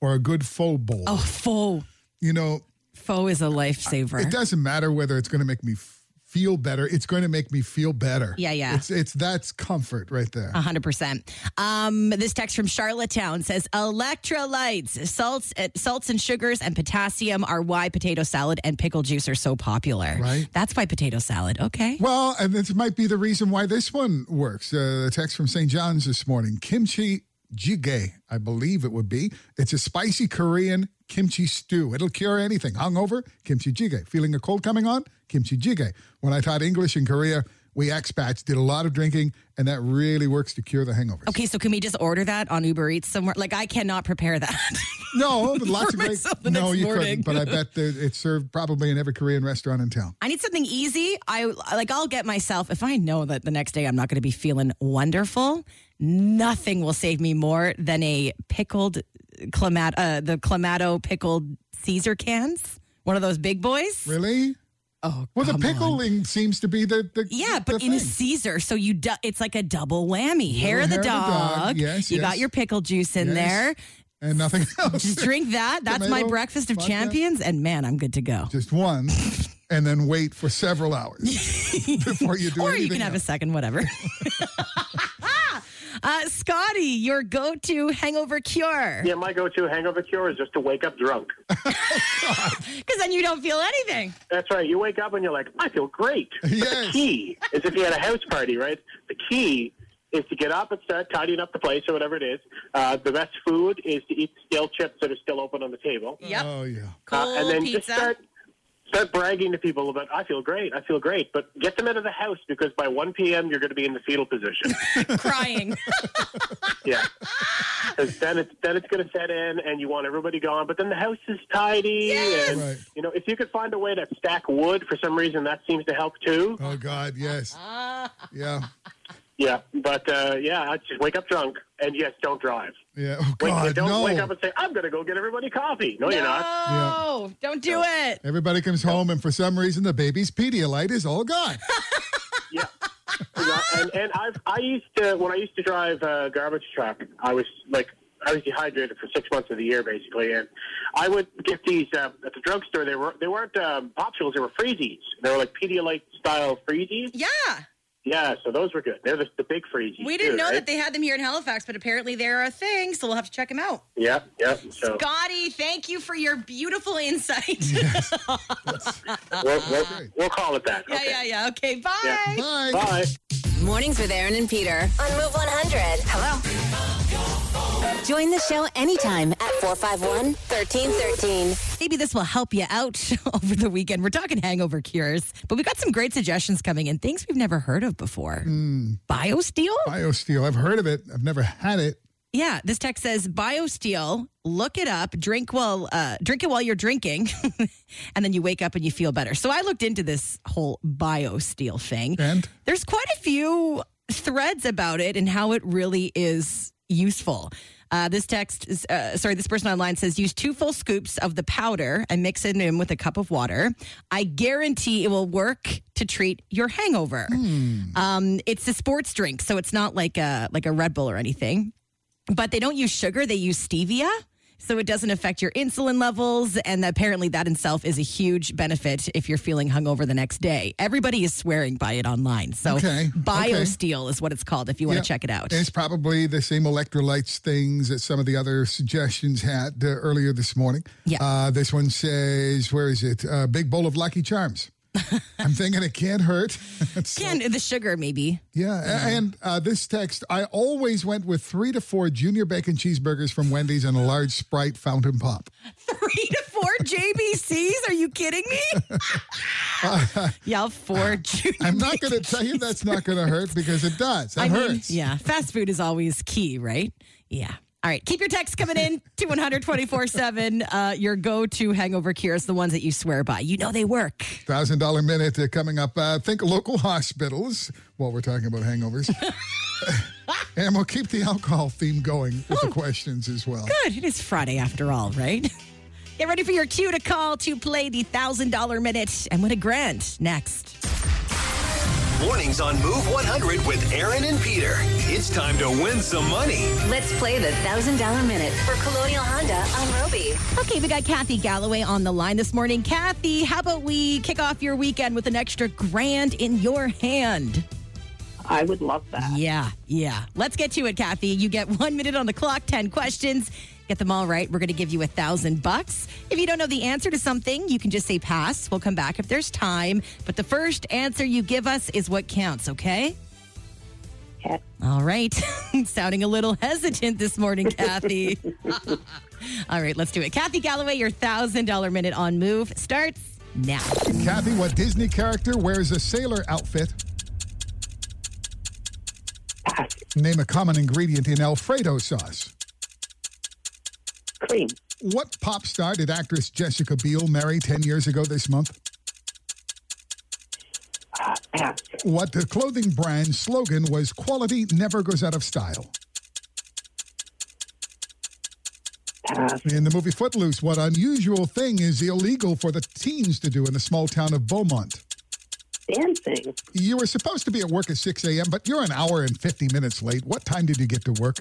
Speaker 4: or a good faux bowl.
Speaker 3: oh, faux.
Speaker 4: You know,
Speaker 3: Faux is a lifesaver.
Speaker 4: it doesn't matter whether it's going to make me f- feel better. It's going to make me feel better.
Speaker 3: Yeah, yeah.
Speaker 4: It's it's that's comfort right there.
Speaker 3: hundred percent. Um, this text from Charlottetown says electrolytes, salts, uh, salts and sugars, and potassium are why potato salad and pickle juice are so popular.
Speaker 4: Right.
Speaker 3: That's why potato salad. Okay.
Speaker 4: Well, and this might be the reason why this one works. Uh, a text from St. John's this morning. Kimchi jjigae, I believe it would be. It's a spicy Korean kimchi stew. It'll cure anything. Hungover, kimchi jjigae. Feeling a cold coming on, kimchi jjigae. When I taught English in Korea, we expats did a lot of drinking, and that really works to cure the hangovers.
Speaker 3: Okay. So can we just order that on Uber Eats somewhere? Like I cannot prepare that.
Speaker 4: No, but lots of
Speaker 3: For
Speaker 4: great.
Speaker 3: myself the
Speaker 4: No,
Speaker 3: next
Speaker 4: you
Speaker 3: morning.
Speaker 4: couldn't. But I bet that it's served probably in every Korean restaurant in town.
Speaker 3: I need something easy. I like I'll get myself if I know that the next day I'm not going to be feeling wonderful. Nothing will save me more than a pickled clamato, uh, the clamato pickled Caesar cans One of those big boys?
Speaker 4: Really?
Speaker 3: Oh,
Speaker 4: Well, the
Speaker 3: come on.
Speaker 4: pickling seems to be the, the
Speaker 3: Yeah, but
Speaker 4: the
Speaker 3: in
Speaker 4: thing.
Speaker 3: Caesar, so you du- it's like a double whammy. Hair of the
Speaker 4: hair of the
Speaker 3: dog.
Speaker 4: dog. Yes,
Speaker 3: you got
Speaker 4: yes.
Speaker 3: your pickle juice in
Speaker 4: Yes.
Speaker 3: there.
Speaker 4: and nothing else.
Speaker 3: Just drink that. That's my
Speaker 4: Tomato,
Speaker 3: breakfast of
Speaker 4: vodka.
Speaker 3: champions, and man, I'm good to go.
Speaker 4: Just one, and then wait for several hours before you do
Speaker 3: Or
Speaker 4: anything.
Speaker 3: you can have a
Speaker 4: else.
Speaker 3: second, whatever. uh, Scotty, your go-to hangover cure, because
Speaker 7: Yeah, my go-to hangover cure is just to wake up drunk.
Speaker 3: then you don't feel anything.
Speaker 7: That's right. You wake up and you're like, I feel great. But the
Speaker 4: Yes.
Speaker 7: key is if you had a house party, right? The key is to get up and start tidying up the place or whatever it is. Uh, the best food is to eat stale chips that are still open on the table.
Speaker 3: Yep,
Speaker 4: Oh yeah.
Speaker 3: cold
Speaker 7: Uh, and then
Speaker 3: pizza.
Speaker 7: just start start bragging to people about I feel great, I feel great, but get them out of the house because by 1 p.m. you're going to be in the fetal position.
Speaker 3: crying.
Speaker 7: yeah. 'Cause then it's then it's going to set in and you want everybody gone, but then the house is tidy
Speaker 3: Yes.
Speaker 7: and
Speaker 4: Right.
Speaker 7: you know, if you could find a way to stack wood for some reason that seems to help too.
Speaker 4: Oh God. Yes. Yeah.
Speaker 7: Yeah, but uh, yeah, I just wake up drunk, and yes, don't drive.
Speaker 4: Yeah. Oh
Speaker 7: Wait,
Speaker 4: God.
Speaker 7: don't
Speaker 4: no.
Speaker 7: wake up and say, "I'm going to go get everybody coffee." No, you're not.
Speaker 3: no, don't do it.
Speaker 4: Everybody comes home, and for some reason, the baby's Pedialyte is all gone.
Speaker 7: Yeah. Yeah, and and I've I used to when I used to drive a garbage truck, I was like I was dehydrated for six months of the year basically, and I would get these uh, at the drugstore. They were they weren't um, popsicles, they were freezies. They were like Pedialyte style freezies.
Speaker 3: Yeah,
Speaker 7: Yeah, so those were good. They're the, the big freezies.
Speaker 3: we didn't
Speaker 7: too,
Speaker 3: know
Speaker 7: right?
Speaker 3: that they had them here in Halifax, but apparently they're a thing. So we'll have to check them out.
Speaker 7: Yeah, yeah. So
Speaker 3: Scotty, thank you for your beautiful insight.
Speaker 7: we'll, we'll, we'll call it that.
Speaker 3: Uh-uh. Yeah,
Speaker 7: okay.
Speaker 3: yeah, yeah. Okay, bye.
Speaker 7: Yeah.
Speaker 4: Bye.
Speaker 7: Bye.
Speaker 2: Mornings with Aaron and Peter on Move 100. Hello. Join the show anytime at 451 1313.
Speaker 3: Maybe this will help you out over the weekend. We're talking hangover cures, but we got some great suggestions coming in, things we've never heard of before. BioSteel?
Speaker 4: BioSteel. I've heard of it. I've never had it.
Speaker 3: Yeah, this text says BioSteel. Look it up. Drink while uh, drink it while you're drinking, and then you wake up and you feel better. So I looked into this whole BioSteel thing.
Speaker 4: And?
Speaker 3: there's quite a few threads about it and how it really is useful. Uh, this text is uh, sorry. This person online says use two full scoops of the powder and mix it in with a cup of water. I guarantee it will work to treat your hangover. Um, it's a sports drink, so it's not like a like a Red Bull or anything but they don't use sugar, they use stevia. So it doesn't affect your insulin levels. And apparently, that in itself is a huge benefit if you're feeling hungover the next day. Everybody is swearing by it online. So,
Speaker 4: Okay, okay.
Speaker 3: BioSteel is what it's called if you want
Speaker 4: Yeah.
Speaker 3: to check it out.
Speaker 4: It's probably the same electrolytes things that some of the other suggestions had uh, earlier this morning.
Speaker 3: Yeah.
Speaker 4: Uh, this one says, where is it? Uh, big bowl of Lucky Charms. I'm thinking it can't hurt. So-
Speaker 3: Again, the sugar, maybe.
Speaker 4: yeah. a- And uh, this text I always went with three to four junior bacon cheeseburgers from Wendy's and a large Sprite fountain pop.
Speaker 3: Three to four JBCs? Are you kidding me? yeah, four junior.
Speaker 4: I'm not going to tell you that's not going to hurt because it does. That
Speaker 3: I mean,
Speaker 4: hurts.
Speaker 3: yeah, fast food is always key, right? Yeah. All right, keep your texts coming in to 124 7. Uh, your go to hangover cures, the ones that you swear by. You know they work.
Speaker 4: Thousand dollar minute uh, coming up. Uh, think local hospitals while we're talking about hangovers. and we'll keep the alcohol theme going with the questions as well.
Speaker 3: Good. It is Friday after all, right? Get ready for your cue to call to play the $1,000 minute and win a grand next.
Speaker 1: Mornings on Move 100 with Aaron and Peter. It's time to win some money.
Speaker 2: Let's play the $1,000 minute for Colonial Honda on Roby.
Speaker 3: Okay, we got Kathy Galloway on the line this morning. Kathy, how about we kick off your weekend with an extra grand in your hand?
Speaker 5: I would love that.
Speaker 3: Yeah, yeah. Let's get to it, Kathy. You get one minute on the clock, 10 questions. Get them all right. We're going to give you a thousand bucks. If you don't know the answer to something, you can just say pass. We'll come back if there's time. But the first answer you give us is what counts, okay?
Speaker 5: Okay.
Speaker 3: All right. Sounding a little hesitant this morning, Kathy. all right, let's do it. Kathy Galloway, your $1,000 minute on move starts now.
Speaker 4: Kathy, what Disney character wears a sailor outfit?
Speaker 5: Pass.
Speaker 4: Name a common ingredient in Alfredo sauce.
Speaker 5: Cream.
Speaker 4: What pop star did actress Jessica Biel marry 10 years ago this month?
Speaker 5: Uh, pass.
Speaker 4: What the clothing brand slogan was quality never goes out of style.
Speaker 5: Pass. pass.
Speaker 4: In the movie Footloose, what unusual thing is illegal for the teens to do in the small town of Beaumont?
Speaker 5: Dancing.
Speaker 4: You were supposed to be at work at 6 a.m., but you're an hour and 50 minutes late. What time did you get to work?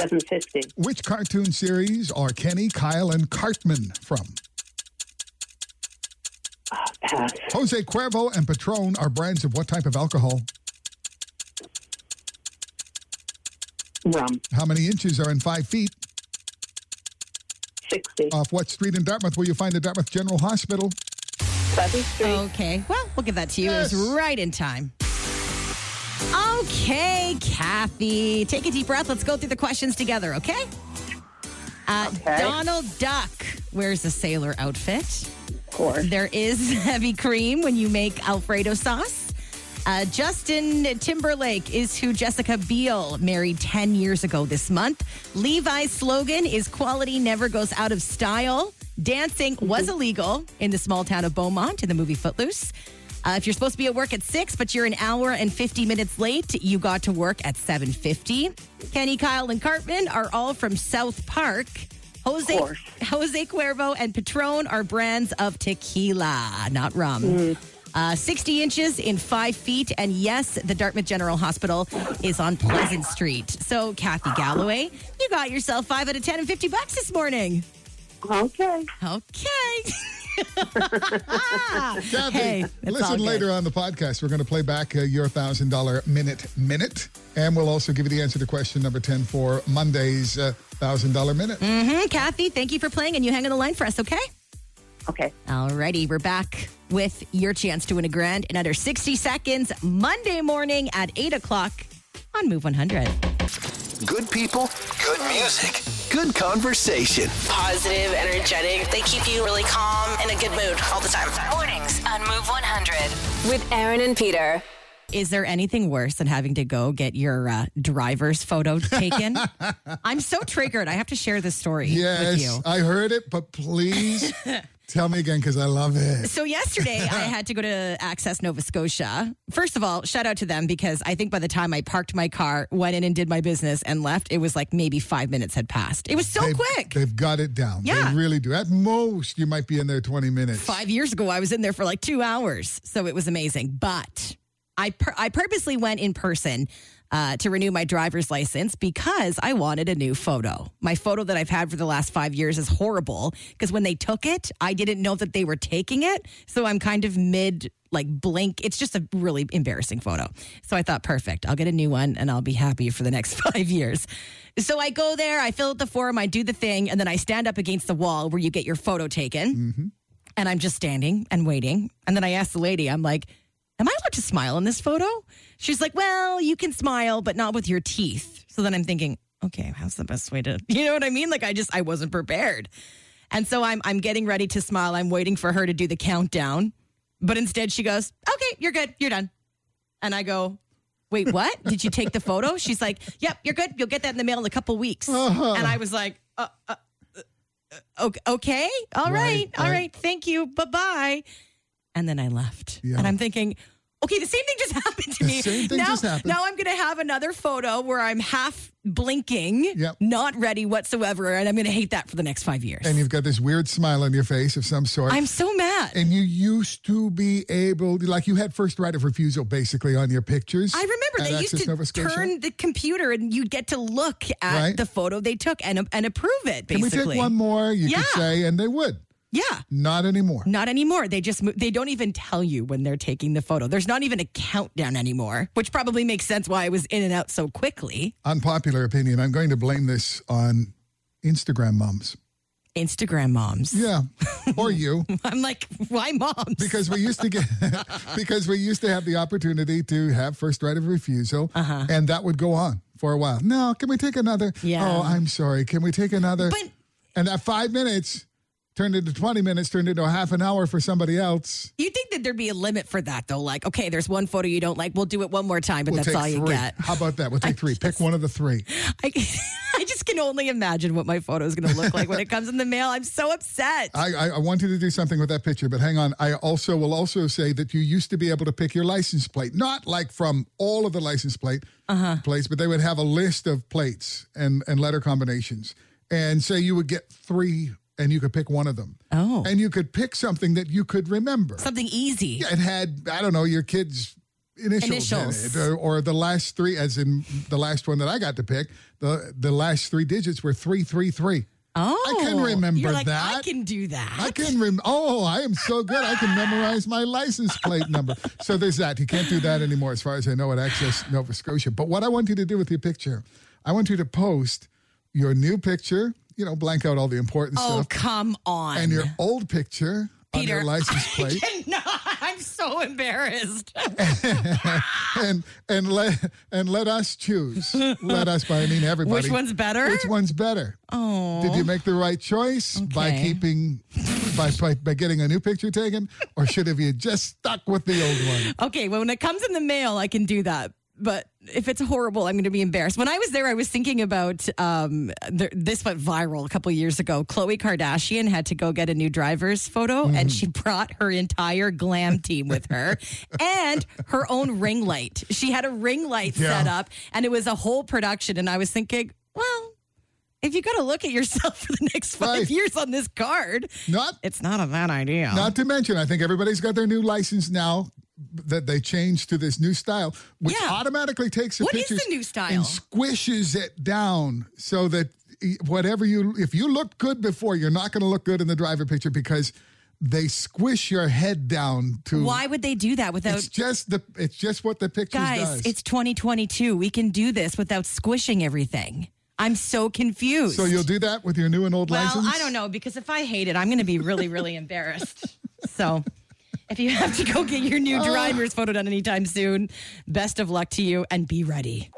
Speaker 5: 750.
Speaker 4: Which cartoon series are Kenny, Kyle, and Cartman from?
Speaker 5: Pass.
Speaker 4: Jose Cuervo and Patron are brands of what type of alcohol?
Speaker 5: Rum.
Speaker 4: How many inches are in five feet?
Speaker 5: 60.
Speaker 4: Off what street in Dartmouth will you find the Dartmouth General Hospital?
Speaker 5: 7th Street.
Speaker 3: Okay. Well, we'll give that to you. It was
Speaker 4: Yes.
Speaker 3: right in time. Okay, Kathy. Take a deep breath. Let's go through the questions together, okay? Uh,
Speaker 5: Okay.
Speaker 3: Donald Duck wears a sailor outfit.
Speaker 5: Of course.
Speaker 3: There is heavy cream when you make Alfredo sauce. Uh, Justin Timberlake is who Jessica Biel married 10 years ago this month. Levi's slogan is quality never goes out of style. Dancing was illegal in the small town of Beaumont in the movie Footloose. Uh, if you're supposed to be at work at 6, but you're an hour and 50 minutes late, you got to work at 7.50. Kenny, Kyle, and Cartman are all from South Park. Jose
Speaker 5: course.
Speaker 3: Jose Cuervo and Patron are brands of tequila, not rum.
Speaker 5: Mm.
Speaker 3: Uh, 60 inches in five feet. And yes, the Dartmouth General Hospital is on Pleasant Street. So, Kathy Galloway, you got yourself five out of 10 and 50 bucks this morning.
Speaker 5: Okay.
Speaker 3: Okay.
Speaker 4: Kathy,
Speaker 3: Hey, it's all
Speaker 4: listen
Speaker 3: good.
Speaker 4: later on the podcast. We're going to play back uh, your $1,000 minute minute, and we'll also give you the answer to question number 10 for Monday's uh, $1,000 minute.
Speaker 3: Mhm, Kathy, thank you for playing and you hang on the line for us, okay?
Speaker 5: Okay.
Speaker 3: Alrighty, we're back with your chance to win a grand in under 60 seconds Monday morning at 8 o'clock on Move 100.
Speaker 1: Good people, good music, good conversation.
Speaker 8: positive, energetic. They keep you really calm in a good mood all the time.
Speaker 2: Mornings on Move 100 with Aaron and Peter.
Speaker 3: Is there anything worse than having to go get your uh, driver's photo taken? I'm so triggered. I have to share this story with
Speaker 4: Yes,
Speaker 3: you.
Speaker 4: I heard it, but please tell me again because I love it.
Speaker 3: So yesterday I had to go to Access Nova Scotia. First of all, shout out to them because I think by the time I parked my car, went in and did my business and left, it was like maybe 5 minutes had passed. It was so
Speaker 4: They've-
Speaker 3: Oh, quick.
Speaker 4: They've got it down.
Speaker 3: Yeah.
Speaker 4: They really do. At most, you might be in there 20 minutes.
Speaker 3: five years ago, I was in there for like two hours. So it was amazing. But I, pur- I purposely went in person uh, to renew my driver's license because I wanted a new photo. My photo that I've had for the last five years is horrible because when they took it, I didn't know that they were taking it. So I'm kind of mid like blink. It's just a really embarrassing photo. So I thought, perfect. I'll get a new one and I'll be happy for the next five years. So I go there, I fill out the form, I do the thing, and then I stand up against the wall where you get your photo taken and I'm just standing and waiting. And then I asked the lady, I'm like, Am I allowed to smile in this photo? She's like, Well, you can smile, but not with your teeth. So then I'm thinking, okay, how's the best way to you know what I mean? Like I just I wasn't prepared. And so I'm I'm getting ready to smile. I'm waiting for her to do the countdown. But instead she goes, Okay, you're good, you're done. And I go, Wait, what? Did you take the photo? She's like, Yep, you're good. You'll get that in the mail in a couple weeks.
Speaker 4: Uh-huh.
Speaker 3: And I was like, uh, uh, uh, okay, okay, all right,
Speaker 4: Right,
Speaker 3: all
Speaker 4: right.
Speaker 3: right, thank you, bye bye. And then I left.
Speaker 4: Yeah.
Speaker 3: And I'm thinking, okay, the same thing just happened to
Speaker 4: The
Speaker 3: me.
Speaker 4: same thing
Speaker 3: now,
Speaker 4: just happened.
Speaker 3: now I'm going to have another photo where I'm half blinking,
Speaker 4: Yep.
Speaker 3: not ready whatsoever. And I'm going to hate that for the next five years.
Speaker 4: And you've got this weird smile on your face of some sort.
Speaker 3: I'm so mad.
Speaker 4: and you used to be able, like you had first right of refusal basically on your pictures.
Speaker 3: I
Speaker 4: at
Speaker 3: remember they used
Speaker 4: Access Nova
Speaker 3: to
Speaker 4: Scotia.
Speaker 3: turn the computer and you'd get to look at
Speaker 4: Right.
Speaker 3: the photo they took and, and approve it,
Speaker 4: Can we
Speaker 3: basically.
Speaker 4: take one more? You
Speaker 3: Yeah.
Speaker 4: could say, and they would.
Speaker 3: Yeah.
Speaker 4: Not anymore.
Speaker 3: Not anymore. They just mo- they don't even tell you when they're taking the photo. There's not even a countdown anymore, which probably makes sense why I was in and out so quickly.
Speaker 4: Unpopular opinion. I'm going to blame this on Instagram moms.
Speaker 3: Instagram moms.
Speaker 4: Yeah, or you.
Speaker 3: I'm like, why moms?
Speaker 4: because we used to get because we used to have the opportunity to have first right of refusal
Speaker 3: Uh-huh.
Speaker 4: and that would go on for a while no can we take another
Speaker 3: Yeah.
Speaker 4: oh i'm sorry can we take another
Speaker 3: But-
Speaker 4: and that five minutes turned into 20 minutes turned into a half an hour for somebody else
Speaker 3: you think that there'd be a limit for that though? Like, okay, there's one photo you don't like. We'll do it one more time, but
Speaker 4: we'll
Speaker 3: that's
Speaker 4: take
Speaker 3: all you
Speaker 4: three
Speaker 3: get.
Speaker 4: how about that we'll take three pick one of the three
Speaker 3: I, I just just can only imagine what my photo is going to look like when it comes in the mail. I'm so upset.
Speaker 4: I, I, I want you to do something with that picture, but hang on. I also will also say that you used to be able to pick your license plate, not like from all of the license plate
Speaker 3: Uh-huh.
Speaker 4: plates, but they would have a list of plates and, and letter combinations. And say you would get three and you could pick one of them.
Speaker 3: Oh.
Speaker 4: And you could pick something that you could remember.
Speaker 3: Something easy.
Speaker 4: Yeah, it had I don't know your kids initials, in
Speaker 3: Initials.
Speaker 4: it, or, or the last three, as in the last one that I got to pick. the The last three digits were three three three.
Speaker 3: Oh,
Speaker 4: I can remember
Speaker 3: you're like,
Speaker 4: that.
Speaker 3: I can do that.
Speaker 4: I can rem- oh, I am so good. I can memorize my license plate number. So there's that. You can't do that anymore, as far as I know, at Access Nova Scotia. But what I want you to do with your picture, I want you to post your new picture. You know, blank out all the important
Speaker 3: oh,
Speaker 4: stuff,
Speaker 3: come on.
Speaker 4: and your old picture on
Speaker 3: Peter,
Speaker 4: your license plate.
Speaker 3: no, I'm so embarrassed.
Speaker 4: and and let and let us choose. let us, by I mean everybody.
Speaker 3: Which one's better?
Speaker 4: Which one's better? Oh, did you make the right choice by
Speaker 3: Okay.
Speaker 4: keeping by, by by getting a new picture taken, or should have you just stuck with the old one?
Speaker 3: Okay, well, when it comes in the mail, I can do that. But if it's horrible, I'm going to be embarrassed. When I was there, I was thinking about um, th- this went viral a couple years ago. Khloe Kardashian had to go get a new driver's photo, and
Speaker 4: Mm.
Speaker 3: she brought her entire glam team with her and her own ring light. She had a ring light
Speaker 4: Yeah.
Speaker 3: set up, and it was a whole production. And I was thinking, well, if you got to look at yourself for the next five
Speaker 4: Right.
Speaker 3: years on this card,
Speaker 4: Not
Speaker 3: it's not a bad idea.
Speaker 4: not to mention, I think everybody's got their new license now that they changed to this new style, which
Speaker 3: Yeah.
Speaker 4: automatically takes the
Speaker 3: What is
Speaker 4: pictures
Speaker 3: the new style?
Speaker 4: and squishes it down so that e, whatever you if you looked good before, you're not going to look good in the driver picture because they squish your head down to
Speaker 3: Why would they do that without
Speaker 4: it's just the it's just what the picture
Speaker 3: Guys,
Speaker 4: does.
Speaker 3: it's 2022. We can do this without squishing everything. I'm so confused.
Speaker 4: so you'll do that with your new and old
Speaker 3: well,
Speaker 4: license?
Speaker 3: I don't know because if I hate it, I'm going to be really, really embarrassed. Oh. So, if you have to go get your new driver's photo done anytime soon, best of luck to you and be ready.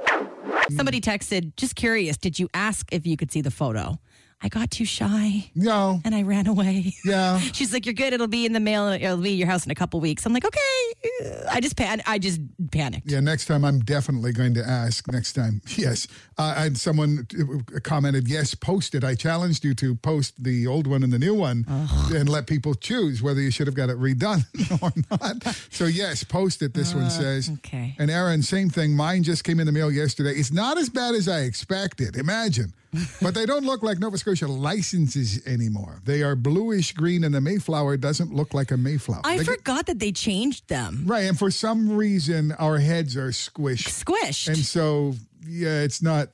Speaker 3: Somebody texted, just curious, did you ask if you could see the photo? I got too shy
Speaker 4: No.
Speaker 3: and I ran away.
Speaker 4: Yeah.
Speaker 3: She's like, "You're good. It'll be in the mail. It'll be at your house in a couple weeks." I'm like, "Okay." I just pan. I just panicked.
Speaker 4: Yeah, next time I'm definitely going to ask. Next time, yes. Uh, and someone uh, commented, "Yes, post it." I challenged you to post the old one and the new one, and let people choose whether you should have got it redone or not. So yes, post it. This one says.
Speaker 3: Uh, okay.
Speaker 4: And Aaron, same thing. Mine just came in the mail yesterday. It's not as bad as I expected. Imagine, but they don't look like Nova Scotia licenses anymore. They are bluish green, and the Mayflower doesn't look like a Mayflower.
Speaker 3: I
Speaker 4: They-
Speaker 3: forgot that they changed them.
Speaker 4: Right, and for some reason, our heads are squished.
Speaker 3: Squished.
Speaker 4: And so, yeah, it's not.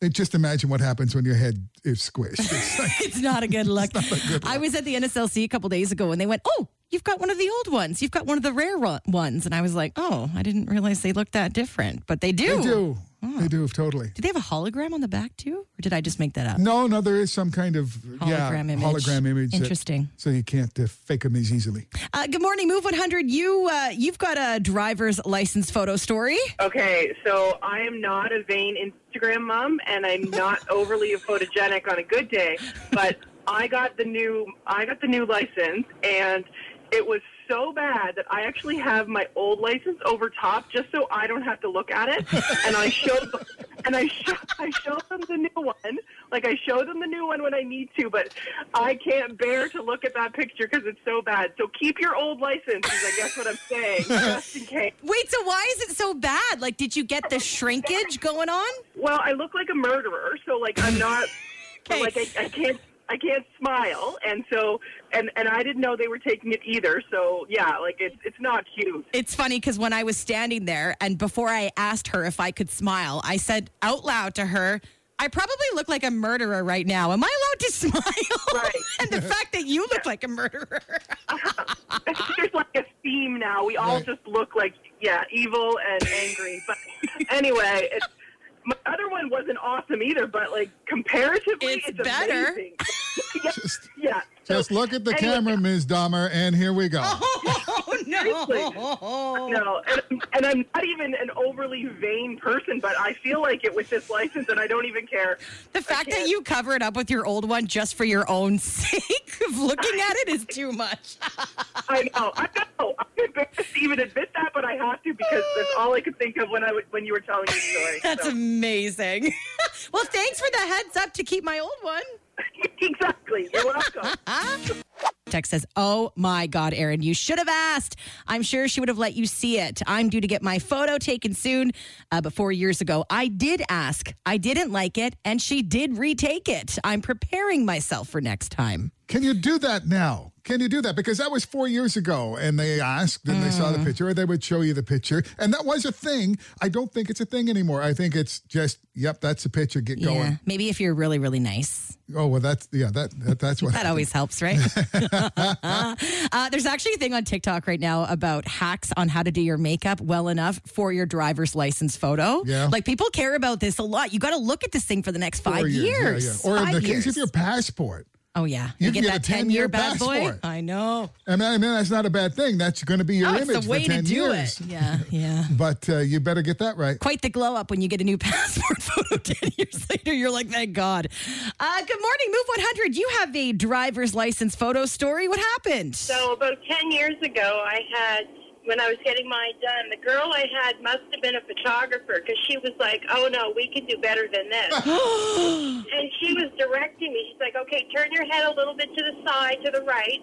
Speaker 4: It, just imagine what happens when your head is squished. It's like,
Speaker 3: it's not a good look. I was at the NSLC a couple days ago and they went, Oh, you've got one of the old ones. You've got one of the rare ro- ones. And I was like, Oh, I didn't realize they looked that different, but they do.
Speaker 4: they do. They do, totally.
Speaker 3: Do they have a hologram on the back too? Or did I just make that up?
Speaker 4: No, no, there is some kind of yeah,
Speaker 3: Hologram image.
Speaker 4: hologram image. that-
Speaker 3: Interesting.
Speaker 4: so you can't uh, fake them as easily.
Speaker 3: Uh, good morning, Move 100. You, uh, you've got a driver's license photo story.
Speaker 5: Okay, so I am not a vain Instagram mom, and I'm not overly photogenic on a good day. But I got the new I got the new license, and it was so bad that I actually have my old license over top just so I don't have to look at it. And I showed them, and I show, I showed them the new one. Like I show them the new one when I need to, but I can't bear to look at that picture because it's so bad. So keep your old license, is I guess what I'm saying, just in case.
Speaker 3: Wait, so why is it so bad? Like, did you get the shrinkage going on?
Speaker 5: Well, I look like a murderer, so like I'm not
Speaker 3: Okay.
Speaker 5: so, like I, I can't I can't smile, and so and and I didn't know they were taking it either. So yeah, like it's it's not cute.
Speaker 3: It's funny because when I was standing there and before I asked her if I could smile, I said out loud to her, I probably look like a murderer right now. Am I allowed to smile?
Speaker 5: Right.
Speaker 3: and the fact that you look like a murderer.
Speaker 5: There's like a theme now. We all
Speaker 4: Right.
Speaker 5: just look like yeah, evil and angry. But anyway, it's, my other one wasn't awesome either. But like comparatively,
Speaker 3: It's
Speaker 5: it's,
Speaker 3: better.
Speaker 5: amazing. yeah,
Speaker 4: Just,
Speaker 5: yeah. So
Speaker 4: just look at the
Speaker 5: anyway,
Speaker 4: camera, Ms. Dahmer, and here we go.
Speaker 3: Oh, no.
Speaker 5: No, and, and I'm not even an overly vain person, but I feel like it with this license, and I don't even care.
Speaker 3: The fact that you cover it up with your old one just for your own sake of looking at it is too much.
Speaker 5: I know, I know. I'm embarrassed to even admit that, but I have to because that's all I could think of when I w- when you were telling your story.
Speaker 3: That's
Speaker 5: so.
Speaker 3: amazing. Well, thanks for the heads up to keep my old one.
Speaker 5: exactly. You're welcome.
Speaker 3: Tex says, Oh my God, Erin, you should have asked. I'm sure she would have let you see it. I'm due to get my photo taken soon. Uh, but four years ago, I did ask. I didn't like it, and she did retake it. I'm preparing myself for next time.
Speaker 4: Can you do that now? Can you do that? Because that was four years ago, and they asked, and they saw
Speaker 3: Mm.
Speaker 4: the picture, or they would show you the picture, and that was a thing. I don't think it's a thing anymore. I think it's just, yep, that's the picture. Get going.
Speaker 3: Maybe if you're really, really nice.
Speaker 4: Oh well, that's yeah, that, that that's what.
Speaker 3: That always helps, right? uh, there's actually a thing on TikTok right now about hacks on how to do your makeup well enough for your driver's license photo.
Speaker 4: Yeah.
Speaker 3: Like people care about this a lot. You got to look at this thing for the next five
Speaker 4: Four
Speaker 3: years.
Speaker 4: yeah, yeah. Or in
Speaker 3: Five
Speaker 4: the case
Speaker 3: years.
Speaker 4: of your passport.
Speaker 3: oh, yeah.
Speaker 4: you
Speaker 3: You, get,
Speaker 4: can get a
Speaker 3: that 10
Speaker 4: 10-year
Speaker 3: year bad boy.
Speaker 4: passport.
Speaker 3: I know.
Speaker 4: I mean, I mean, that's not a bad thing. That's going to be your
Speaker 3: Oh,
Speaker 4: image
Speaker 3: it's the
Speaker 4: for
Speaker 3: way to
Speaker 4: 10
Speaker 3: do
Speaker 4: years.
Speaker 3: it. Yeah. Yeah.
Speaker 4: But uh, you better get that right.
Speaker 3: Quite the glow up when you get a new passport photo 10 years later. You're like, thank God. Uh, good morning, Move 100. You have a driver's license photo story. What happened?
Speaker 5: So about ten years ago, I had when I was getting mine done. The girl I had must have been a photographer because she was like, "Oh no, we can do better than this," and she was directing me. She's like, "Okay, turn your head a little bit to the side, to the right."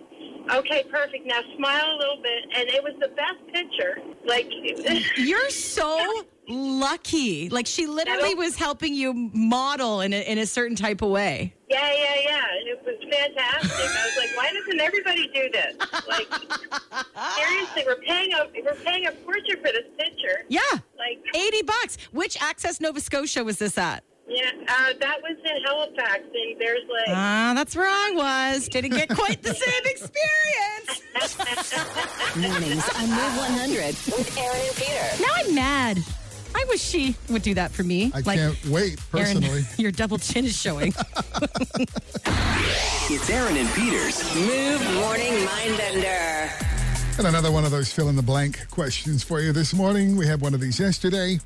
Speaker 5: Okay, perfect. Now smile a little bit, and it was the best picture. Like,
Speaker 3: You're so lucky. Like she literally was helping you model in a, in a certain type of way.
Speaker 5: yeah, yeah, yeah. It was fantastic. I was like, why doesn't everybody do this? Like, seriously, we're paying a we're paying a fortune for this picture.
Speaker 3: Yeah.
Speaker 5: Like,
Speaker 3: 80 bucks. Which Access Nova Scotia was this at?
Speaker 5: Yeah, uh, that was in Halifax, in Bears Lake.
Speaker 3: Ah, that's where I was. Didn't get quite the same experience.
Speaker 2: Mornings on Move 100 with Aaron and Peter.
Speaker 3: Now I'm mad. I wish she would do that for me.
Speaker 4: I can't wait
Speaker 3: Aaron,
Speaker 4: personally.
Speaker 3: your double chin is showing.
Speaker 1: It's Aaron and Peter's
Speaker 2: Move Morning Mindbender.
Speaker 4: And another one of those fill in the blank questions for you this morning. We had one of these yesterday.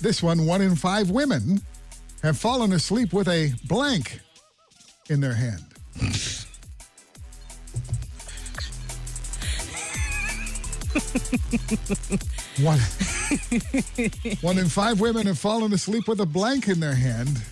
Speaker 4: This one, one in five women have fallen asleep with a blank in their hand. one, one in five women have fallen asleep with a blank in their hand.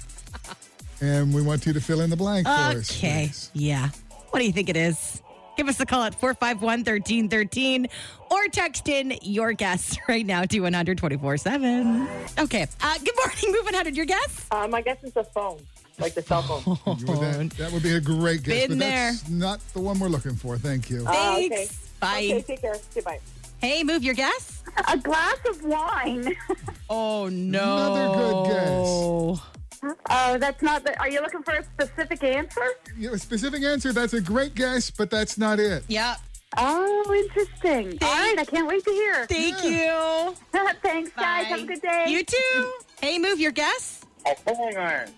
Speaker 4: And we want you to fill in the blank for us.
Speaker 3: Okay.
Speaker 4: please.
Speaker 3: Yeah. What do you think it is? Give us a call at 451 1313 or text in your guess right now to 124 7. Okay. Uh, good morning, Move 100. Your guess?
Speaker 5: Um, I guess it's a phone, like the cell phone.
Speaker 4: You would- that, that would be a great guess,
Speaker 3: Been
Speaker 4: but that's not the one we're looking for. Thank you.
Speaker 3: Thanks.
Speaker 5: okay.
Speaker 3: Bye.
Speaker 5: Okay, take care. Goodbye.
Speaker 3: Hey, Move, your guess?
Speaker 9: A glass of wine.
Speaker 3: Oh, no.
Speaker 4: Another good guess.
Speaker 9: Oh, that's not the. Are you looking for a specific answer?
Speaker 4: You know, specific answer, that's a great guess, but that's not it.
Speaker 3: Yeah.
Speaker 9: Oh, interesting. All right, I can't wait to hear.
Speaker 3: Thank you.
Speaker 9: Thanks, guys. Have a good day.
Speaker 3: You too. Hey, Move, your guess?
Speaker 7: A curling iron.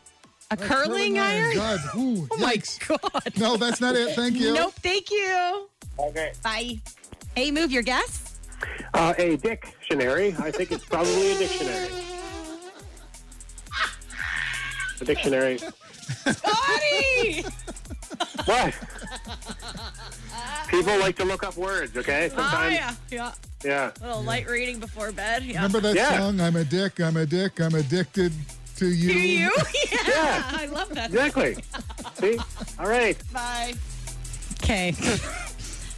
Speaker 3: A curling, iron?
Speaker 4: God. Ooh,
Speaker 3: Oh,
Speaker 4: yikes.
Speaker 3: my God.
Speaker 4: No, that's not it. Thank you.
Speaker 3: Nope. Thank you.
Speaker 7: Okay.
Speaker 3: Bye. Hey, Move, your guess?
Speaker 7: Uh, a dictionary. I think it's probably a dictionary. A dictionary.
Speaker 3: Buddy!
Speaker 7: What? People like to look up words, okay? Sometimes,
Speaker 3: Oh, Ah, Yeah.
Speaker 7: yeah.
Speaker 3: little light reading before bed. Yeah.
Speaker 4: Remember that
Speaker 7: Yeah.
Speaker 4: song, I'm a dick, I'm a dick, I'm addicted to you?
Speaker 3: Do you? Yeah.
Speaker 7: Yeah.
Speaker 3: I love that.
Speaker 7: Exactly. See? All right.
Speaker 3: Bye. Okay.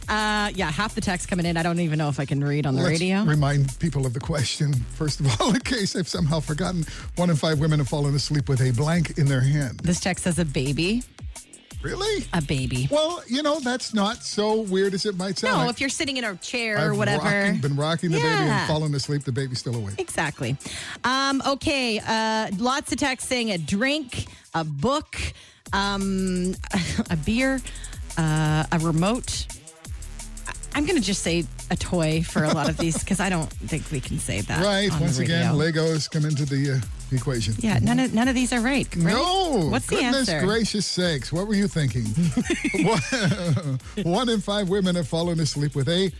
Speaker 3: Uh, yeah, half the text coming in. I don't even know if I can read on the
Speaker 4: Let's
Speaker 3: radio.
Speaker 4: remind people of the question, first of all, in case I've somehow forgotten. One in five women have fallen asleep with a blank in their hand.
Speaker 3: this text says a baby.
Speaker 4: Really?
Speaker 3: A baby.
Speaker 4: Well, you know, that's not so weird as it might sound.
Speaker 3: No, if you're sitting in a chair or
Speaker 4: I've
Speaker 3: whatever.
Speaker 4: rocking- been rocking the baby
Speaker 3: Yeah.
Speaker 4: and falling asleep. The baby's still awake.
Speaker 3: Exactly. Um, okay. Uh, lots of texts saying a drink, a book, um, a beer, uh, a remote. I- I'm going to just say a toy for a lot of these because I don't think we can say that.
Speaker 4: Right.
Speaker 3: on the
Speaker 4: Once again,
Speaker 3: radio.
Speaker 4: Legos come into the uh, equation.
Speaker 3: Yeah, none of none of these are right. right?
Speaker 4: No.
Speaker 3: What's the
Speaker 4: goodness
Speaker 3: answer?
Speaker 4: gracious sakes. What were you thinking? one, one in five women have fallen asleep with a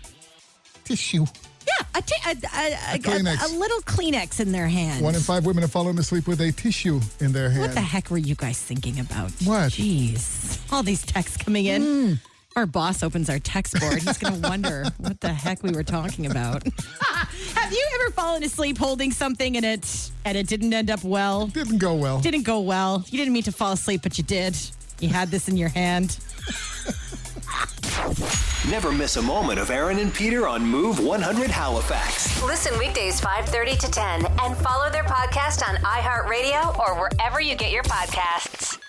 Speaker 4: tissue.
Speaker 3: Yeah, a ti- a- a- a-
Speaker 4: Kleenex.
Speaker 3: a little Kleenex in their hand.
Speaker 4: One in five women have fallen asleep with a tissue in their hand.
Speaker 3: What the heck were you guys thinking about?
Speaker 4: What? Hmm.
Speaker 3: Jeez, all these texts coming in. Our boss opens our text board. He's going to wonder what the heck we were talking about. Have you ever fallen asleep holding something in it and it didn't end up well?
Speaker 4: Didn't go well.
Speaker 3: Didn't go well. You didn't mean to fall asleep, but you did. You had this in your hand.
Speaker 1: Never miss a moment of Aaron and Peter on Move 100 Halifax.
Speaker 2: Listen weekdays 5:30 to 10 and follow their podcast on iHeartRadio or wherever you get your podcasts.